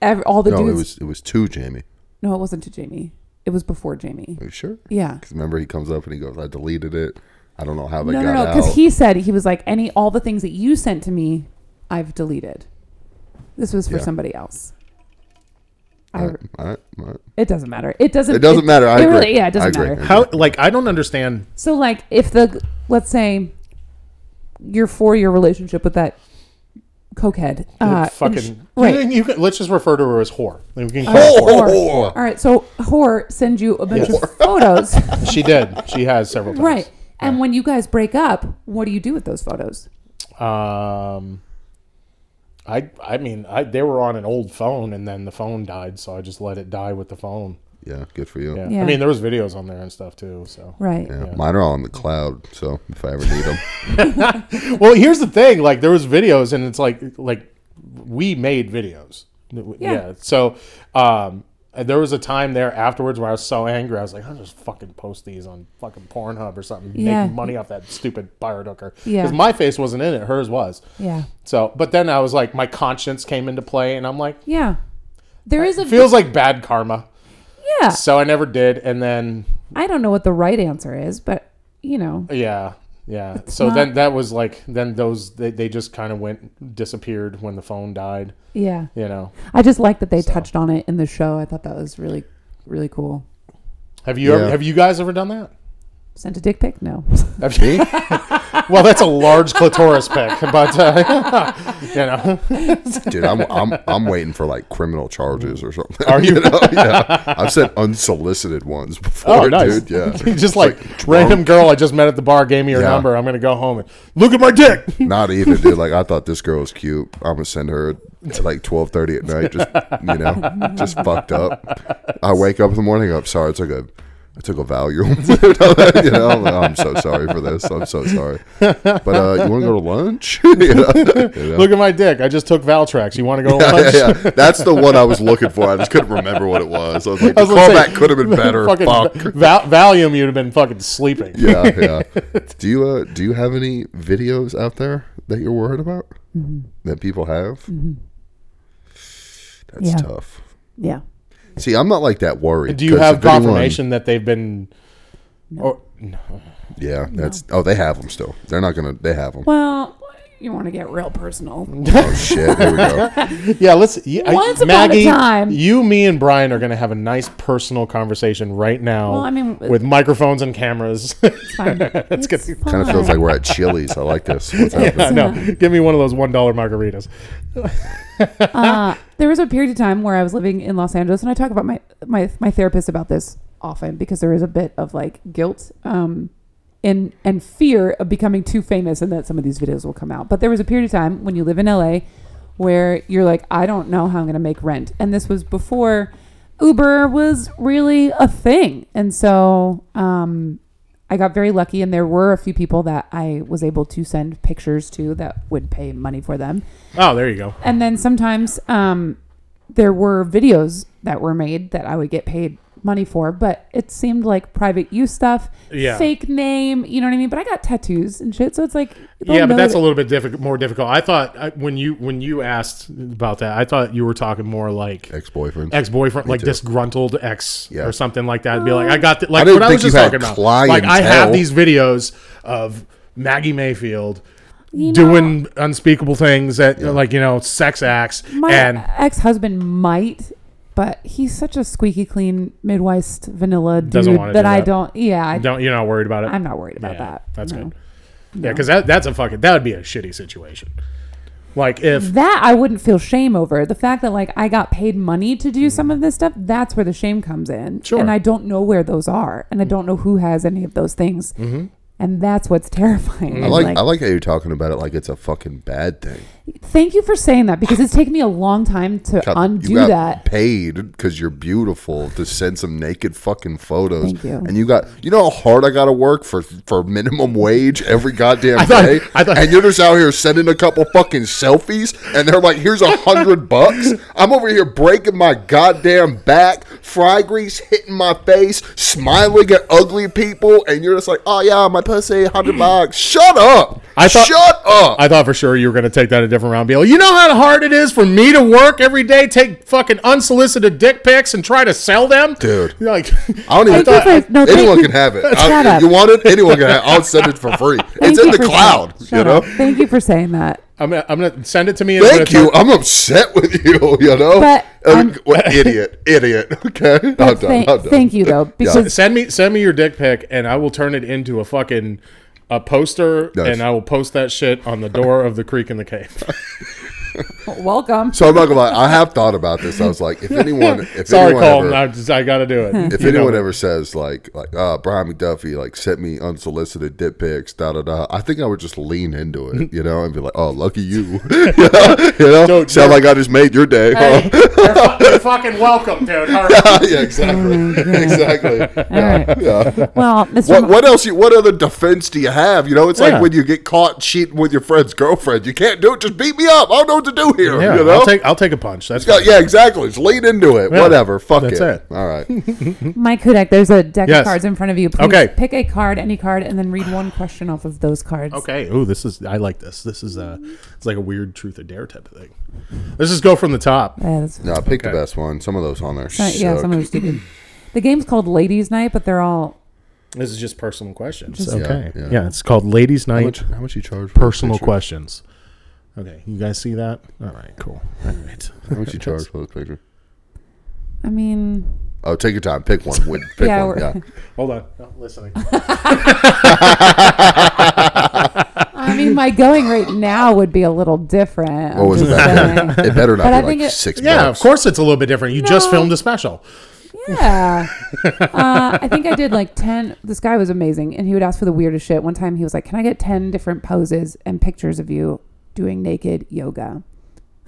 S3: ev- all the
S4: No, it
S3: dudes.
S4: was it was two Jamie.
S3: no, it wasn't to Jamie. It was before Jamie.
S4: Are you sure?
S3: Yeah.
S5: Oh
S4: Because remember, he comes up and he goes, "I deleted it. I don't know how they
S3: No, no,
S4: got
S3: no,
S4: out."
S3: because he said he was like any all the things that you sent to me, I've deleted. This was for
S4: Yeah.
S3: somebody else.
S4: All
S3: I,
S4: right, all right, all right.
S3: it doesn't matter. It doesn't.
S4: It doesn't matter. I
S3: it
S4: agree.
S3: really- yeah, it
S4: I
S3: doesn't
S4: agree.
S3: matter.
S5: How like I don't understand
S3: So like if the let's say your four year relationship with that cokehead. Uh,
S5: fucking
S3: sh- Oh.
S5: You,
S3: right.
S5: can- you can, let's just refer to her as whore. Like, we can-
S3: Whore. All right, so whore sends you a bunch of photos,
S5: She did. She has several times.
S3: right? And when you guys break up, what do you do with those photos?
S5: Um, I I mean I they were on an old phone and then the phone died, so I just let it die with the phone.
S4: Yeah, good for you.
S5: Yeah.
S3: Yeah.
S5: I mean there was videos on there and stuff too. So
S3: Right.
S4: Yeah, Mine are all in the cloud, so if I ever need them,
S5: well, here's the thing: like there was videos, and it's like like we made videos. Yeah. So um, there was a time there afterwards where I was so angry, I was like, I'll just fucking post these on fucking Pornhub or something,
S3: Yeah.
S5: make money off that stupid pirate hooker.
S3: Yeah.
S5: Because my face wasn't in it, hers was.
S3: Yeah.
S5: So, but then I was like, my conscience came into play, and I'm like,
S3: Yeah. There is a
S5: feels like bad karma.
S3: yeah.
S5: So I never did, and then
S3: I don't know what the right answer is, but you know,
S5: Yeah, yeah. so
S3: not-
S5: then that was like then those they, they just kind of went disappeared when the phone died.
S3: yeah.
S5: You know.
S3: I just like that they touched on it in the show. I thought that was really, really cool.
S5: Have you ever,
S4: Yeah.
S5: have you guys ever done that?
S3: Sent a dick pic? No.
S5: Have you? well, that's a large clitoris pic, but uh, you know,
S4: dude, I'm, I'm I'm waiting for like criminal charges or something.
S5: Are you?
S4: know? yeah, I've sent unsolicited ones before,
S5: oh, nice.
S4: dude. Yeah,
S5: just like, random girl I just met at the bar gave me her
S4: Yeah.
S5: number. I'm gonna go home and look at my dick.
S4: not even, dude. Like I thought this girl was cute. I'm gonna send her at like 12:30 at night, just you know, just fucked up. I wake up in the morning. I'm sorry, it's like a I took a Valium. you know, I'm, like, "Oh, I'm so sorry for this. I'm so sorry. But uh, you want to go to lunch? You know? You know?
S5: Look at my dick. I just took Valtrax. You want to go to
S4: Yeah,
S5: lunch?
S4: yeah, yeah. That's the one I was looking for. I just couldn't remember what it was. I was like, the
S5: I was gonna say,
S4: callback could have been better.
S5: fucking
S4: Fuck.
S5: Val- Valium, you'd have been fucking sleeping.
S4: yeah, yeah. Do you uh, do you have any videos out there that you're worried about
S5: Mm-hmm.
S4: that people have? That's
S3: Yeah.
S4: tough.
S3: Yeah.
S4: See, I'm not like that worried.
S5: Do you
S4: 'cause
S5: have
S4: if anyone-
S5: confirmation that they've been? Or,
S4: yeah, that's. Oh, they have them still. They're not gonna. They have them.
S3: Well, you want to get real personal.
S4: Oh shit! Here we go.
S5: yeah, let's. Yeah, I-
S3: Once upon a
S5: Maggie,
S3: time.
S5: you, me, and Brian are going to have a nice personal conversation right now.
S3: Well, I mean- uh,
S5: with microphones and cameras.
S3: It's fine. It's
S5: good.
S4: Kind of feels like we're at Chili's. I like this. What's happening?
S5: yeah, no, give me one of those one dollar margaritas.
S3: Uh, there was a period of time where I was living in Los Angeles, and I talk about my my my therapist about this often because there is a bit of like guilt, um, and and fear of becoming too famous, and that some of these videos will come out. But there was a period of time when you live in LA where you're like, I don't know how I'm going to make rent, and this was before Uber was really a thing, and so um, I got very lucky, and there were a few people that I was able to send pictures to that would pay money for them
S5: Oh, there you go.
S3: and then sometimes um, there were videos that were made that I would get paid money for, but it seemed like private use stuff,
S5: Yeah.
S3: fake name, you know what I mean? But I got tattoos and shit, so it's like they'll
S5: Yeah, but
S3: know
S5: that's a
S3: that-
S5: little bit difficult, more difficult. I thought I, when you when you asked about that, I thought you were talking more like
S4: Ex-boyfriend.
S5: ex boyfriend, like disgruntled ex
S4: Yeah.
S5: or something like that. Be like, I got th- like
S4: didn't
S5: what I
S4: think
S5: was just
S4: you had
S5: talking about. Like I
S4: clientele.
S5: have these videos of Maggie Mayfield doing unspeakable things that like you know sex acts
S3: my
S5: and
S3: ex-husband might. But he's such a squeaky clean Midwest vanilla dude
S5: Doesn't wanna
S3: that
S5: do
S3: I
S5: that.
S3: don't. Yeah, I,
S5: don't you're not worried about it.
S3: I'm not worried about
S5: Yeah,
S3: that.
S5: That's
S3: no.
S5: good. Yeah, because that that's a fucking that would be a shitty situation. Like if
S3: That I wouldn't feel shame over. The fact that like I got paid money to
S4: Mm.
S3: do some of this stuff, that's where the shame comes in.
S5: Sure.
S3: And I don't know where those are,
S4: Mm.
S3: and I don't know who has any of those things, and that's what's terrifying.
S4: Mm-hmm. I
S3: And,
S4: like, I like how you're talking about it like it's a fucking bad thing.
S3: Thank you for saying that because it's taken me a long time to
S4: God,
S3: undo
S4: you got
S3: that.
S4: Paid because you're beautiful to send some naked fucking photos.
S3: Thank you.
S4: And you got you know how hard I got to work for for minimum wage every goddamn
S5: thought-
S4: day.
S5: I thought-
S4: and you're just out here sending a couple fucking selfies, and they're like, "Here's a hundred bucks." I'm over here breaking my goddamn back, fry grease hitting my face, smiling at ugly people, and you're just like, "Oh yeah, my pussy, hundred bucks." Shut up.
S5: I thought-
S4: Shut up.
S5: I thought for sure you were going to take that a different round. Be like, you know how hard it is for me to work every day, take fucking unsolicited dick pics and try to sell them,
S4: Dude.
S5: You're Like,
S4: I don't even.
S3: Thank you for- no, thank
S4: anyone
S3: you.
S4: can have it.
S3: Shut
S4: I-
S3: up.
S4: You want it? Anyone can have it. I'll send it for free.
S3: Thank
S4: it's in
S3: you
S4: the
S3: for saying-
S4: cloud. You
S3: Shut
S4: know.
S3: up. Thank you for saying that.
S5: I'm gonna, I'm gonna send it to me. And I'm
S4: Thank
S5: gonna
S4: you.
S5: talk-
S4: I'm upset with you. You know.
S3: But
S4: Uh,
S3: I'm-
S4: what idiot? Idiot. Okay. I'm
S3: But
S4: done.
S3: thank,
S4: I'm done.
S3: thank you though because
S5: send me send me your dick pic, and I will turn it into a fucking a poster,
S4: Nice.
S5: and I will post that shit on the door of the creek in the cave.
S3: welcome.
S4: So I'm not gonna lie. I have thought about this. I was like, if anyone, if
S5: Sorry,
S4: anyone
S5: Colton.
S4: ever,
S5: I just I gotta do it.
S4: if
S5: You know
S4: anyone
S5: me.
S4: ever says like like uh Brian McDuffie like sent me unsolicited dick pics da da da, I think I would just lean into it, you know, and be like, oh, lucky you, you know, sound
S5: Dude, you're-
S4: like I just made your day. huh?
S5: you're, fu- you're fucking welcome, dude. All right.
S4: yeah,
S3: Oh,
S4: exactly,
S3: All
S4: exactly.
S3: right. Well, Mr.
S4: What,
S3: Mo-
S4: what else? You, what other defense do you have? You know, it's
S5: Yeah.
S4: like when you get caught cheating with your friend's girlfriend. You can't do it. Just beat me up. I don't know what to do here.
S5: Yeah,
S4: you know?
S5: I'll take I'll take a punch. That's
S4: yeah,
S5: fine.
S4: yeah, exactly. Just lean into it.
S5: Yeah,
S4: Whatever. Fuck
S5: that's
S4: it.
S5: it.
S4: All right.
S3: Mike Hudak, there's a deck
S5: Yes.
S3: of cards in front of you. Please
S5: Okay.
S3: pick a card, any card, and then read one question off of those cards.
S5: Okay. Oh, this is I like this. This is uh it's like a weird truth or dare type of thing. Let's just go from the top.
S3: Yeah, that's
S4: No, pick the
S5: Okay.
S4: best one. Some of those on there.
S3: Uh, yeah,
S4: suck.
S3: some of them are stupid. The game's called Ladies Night, but they're all
S5: This is just personal questions.
S4: Yeah,
S5: okay. Yeah,
S4: yeah.
S5: it's called Ladies
S4: How
S5: Night
S4: much? How much you charge? For
S5: Personal
S4: those pictures?
S5: Questions. Okay, you guys see that? All right, cool. All right.
S4: How much you charge for those pictures?
S3: I mean,
S4: Oh, take your time. Pick one. Win. Pick
S3: Yeah,
S4: one.
S3: we're-
S4: Yeah.
S5: Hold on. No, listening.
S3: I mean, my going rate now would be a little different. I'm
S4: What was it?
S3: just saying.
S4: Back then? It better
S3: But I
S4: not be
S3: think
S4: like
S3: it-
S4: six.
S5: yeah, of
S4: bucks.
S5: course it's a little bit different. You just filmed a special.
S3: Yeah. Uh, I think I did like 10. This guy was amazing, and he would ask for the weirdest shit. One time he was like, Can I get 10 different poses and pictures of you doing naked yoga?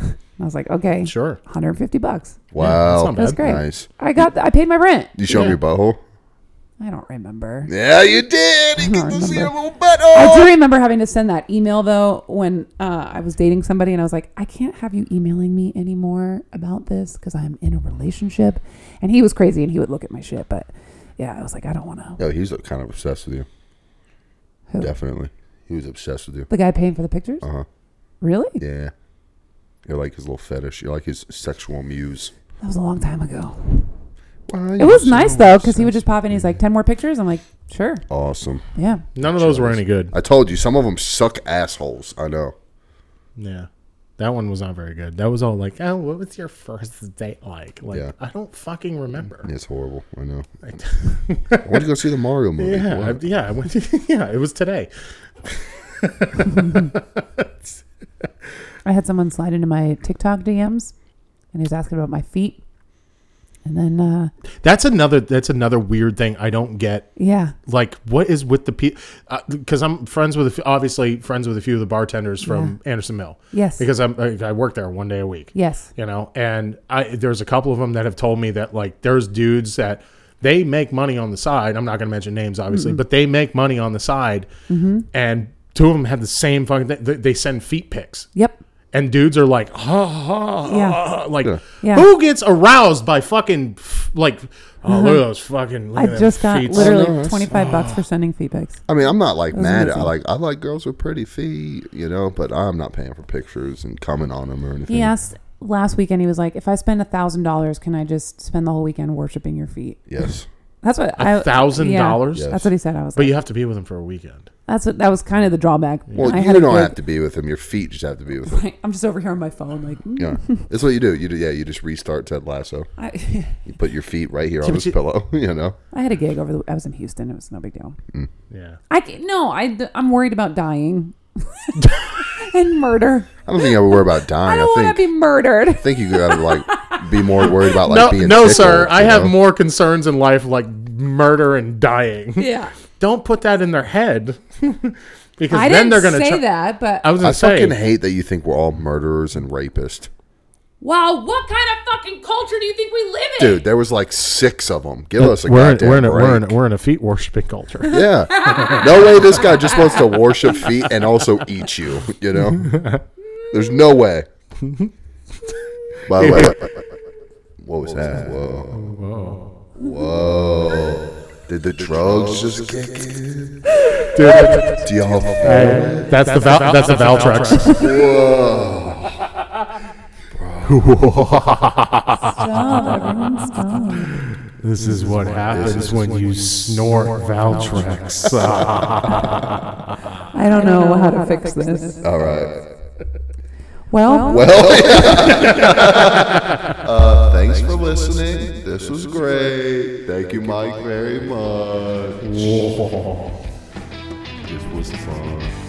S3: And I was like, Okay.
S5: Sure.
S3: 150 bucks.
S5: Yeah, that's
S4: Wow.
S5: not bad.
S3: That's great.
S4: Nice.
S3: I got, I paid my rent.
S4: You show me your butthole.
S3: I don't remember.
S4: Yeah, you did. You
S3: don't
S4: get to see your
S3: remember.
S4: little butt
S3: I do
S4: off.
S3: remember having to send that email though when uh, I was dating somebody and I was like, I can't have you emailing me anymore about this because I'm in a relationship. And he was crazy and he would look at my shit, but yeah, I was like, I don't want to.
S4: No, he's kind of obsessed with you.
S3: Who?
S4: Definitely, he was obsessed with you.
S3: The guy paying for the pictures?
S4: Uh huh.
S3: Really?
S4: Yeah, you're like his little fetish. You're like his sexual muse.
S3: That was a long time ago.
S4: Why
S3: It was
S4: you
S3: nice
S4: so
S3: though because he would just pop in. He's like, 10 more pictures? I'm like, sure.
S4: awesome.
S3: Yeah.
S5: None of those were any good.
S4: I told you, some of them suck assholes. I know.
S5: Yeah. That one was not very good. That was all like, oh, what was your first date like? Like,
S4: Yeah.
S5: I don't fucking remember.
S4: It's horrible. I know.
S5: I-
S4: I want to go see the Mario movie.
S5: yeah, I,
S4: What?
S5: yeah, I went yeah, it was today.
S3: I had someone slide into my TikTok DMs and he was asking about my feet. And then, uh,
S5: That's another. That's another weird thing I don't get.
S3: yeah.
S5: Like, what is with the people? Because I'm friends with, a few- obviously friends with a few of the bartenders from Anderson Mill.
S3: Yes.
S5: Because I'm, I, I work there one day a week.
S3: Yes.
S5: You know, and I there's a couple of them that have told me that like there's dudes that they make money on the side. I'm not going to mention names,
S3: Mm-hmm.
S5: obviously, but they make money on the side, and two of them have the same fucking. Thing. They, they send feet pics.
S3: Yep.
S5: And dudes are like, ha ha, ha,
S3: Yeah.
S5: ha. like
S3: Yeah.
S5: who gets aroused by fucking f- like, oh look at those fucking.
S3: Mm-hmm.
S5: Look
S3: I
S5: at them
S3: just got
S5: feet.
S3: literally
S4: Oh, no, that's-
S3: 25 bucks for sending feet pics.
S4: I mean, I'm not like mad. I
S3: amazing.
S4: like I like girls with pretty feet, you know, but I'm not paying for pictures and coming on them or anything.
S3: He asked last weekend, he was like, if I spend a $1,000, can I just spend the whole weekend worshiping your feet?
S4: Yes.
S3: That's what I.
S5: $1,000?
S3: yeah,
S5: Yes.
S3: That's what he said. I was
S5: But
S3: like,
S5: you have to be with them for a weekend.
S3: that's what, that was kind of the drawback.
S4: Well,
S3: I
S4: you
S3: had a
S4: don't
S3: gig-
S4: have to be with them. Your feet just have to be with them.
S3: I'm just over here on my phone, like, mm,
S4: Yeah, that's what you do. You do, yeah. You just restart Ted Lasso.
S3: I,
S4: You put your feet right here on
S5: but
S4: this
S5: you-
S4: pillow. You know.
S3: I had a gig over the. I was in Houston. It was no big deal.
S5: Yeah.
S3: I ca- no. I am worried about dying and murder.
S4: I don't think I would worry about
S3: I
S4: dying. I,
S3: don't want to
S4: think
S3: be murdered.
S4: I think you gotta like be more worried about like
S5: no,
S4: being.
S5: no, sir.
S4: tickled,
S5: I
S4: you
S5: have
S4: know?
S5: more concerns in life, like murder and dying.
S3: yeah,
S5: don't put that in their head because
S3: I
S5: then
S3: didn't
S5: they're gonna
S3: say
S5: try- Uh,
S3: that, but
S5: I was gonna
S4: I
S5: say
S4: fucking hate that you think we're all murderers and rapists.
S6: Wow, what kind of fucking culture do you think we live in?
S4: Dude, there was like six of them. Give us a
S5: we're in,
S4: goddamn
S5: we're, in a,
S4: break.
S5: we're, in a, we're in a feet worshiping culture.
S4: Yeah. No way this guy just wants to worship feet and also eat you, you know? There's no way. By the way, what was that? Whoa. Whoa. Did the drugs just kick in?
S5: Dude,
S4: Do y'all feel
S5: that's, the val- that's the Valtrex.
S3: stop, everyone, stop.
S5: this is what happens when you snort Valtrex.
S3: I don't know how to fix this.
S4: all right?
S3: Well,
S4: uh, Thanks for listening. This was great. Thank you, Mike, very much. This was fun.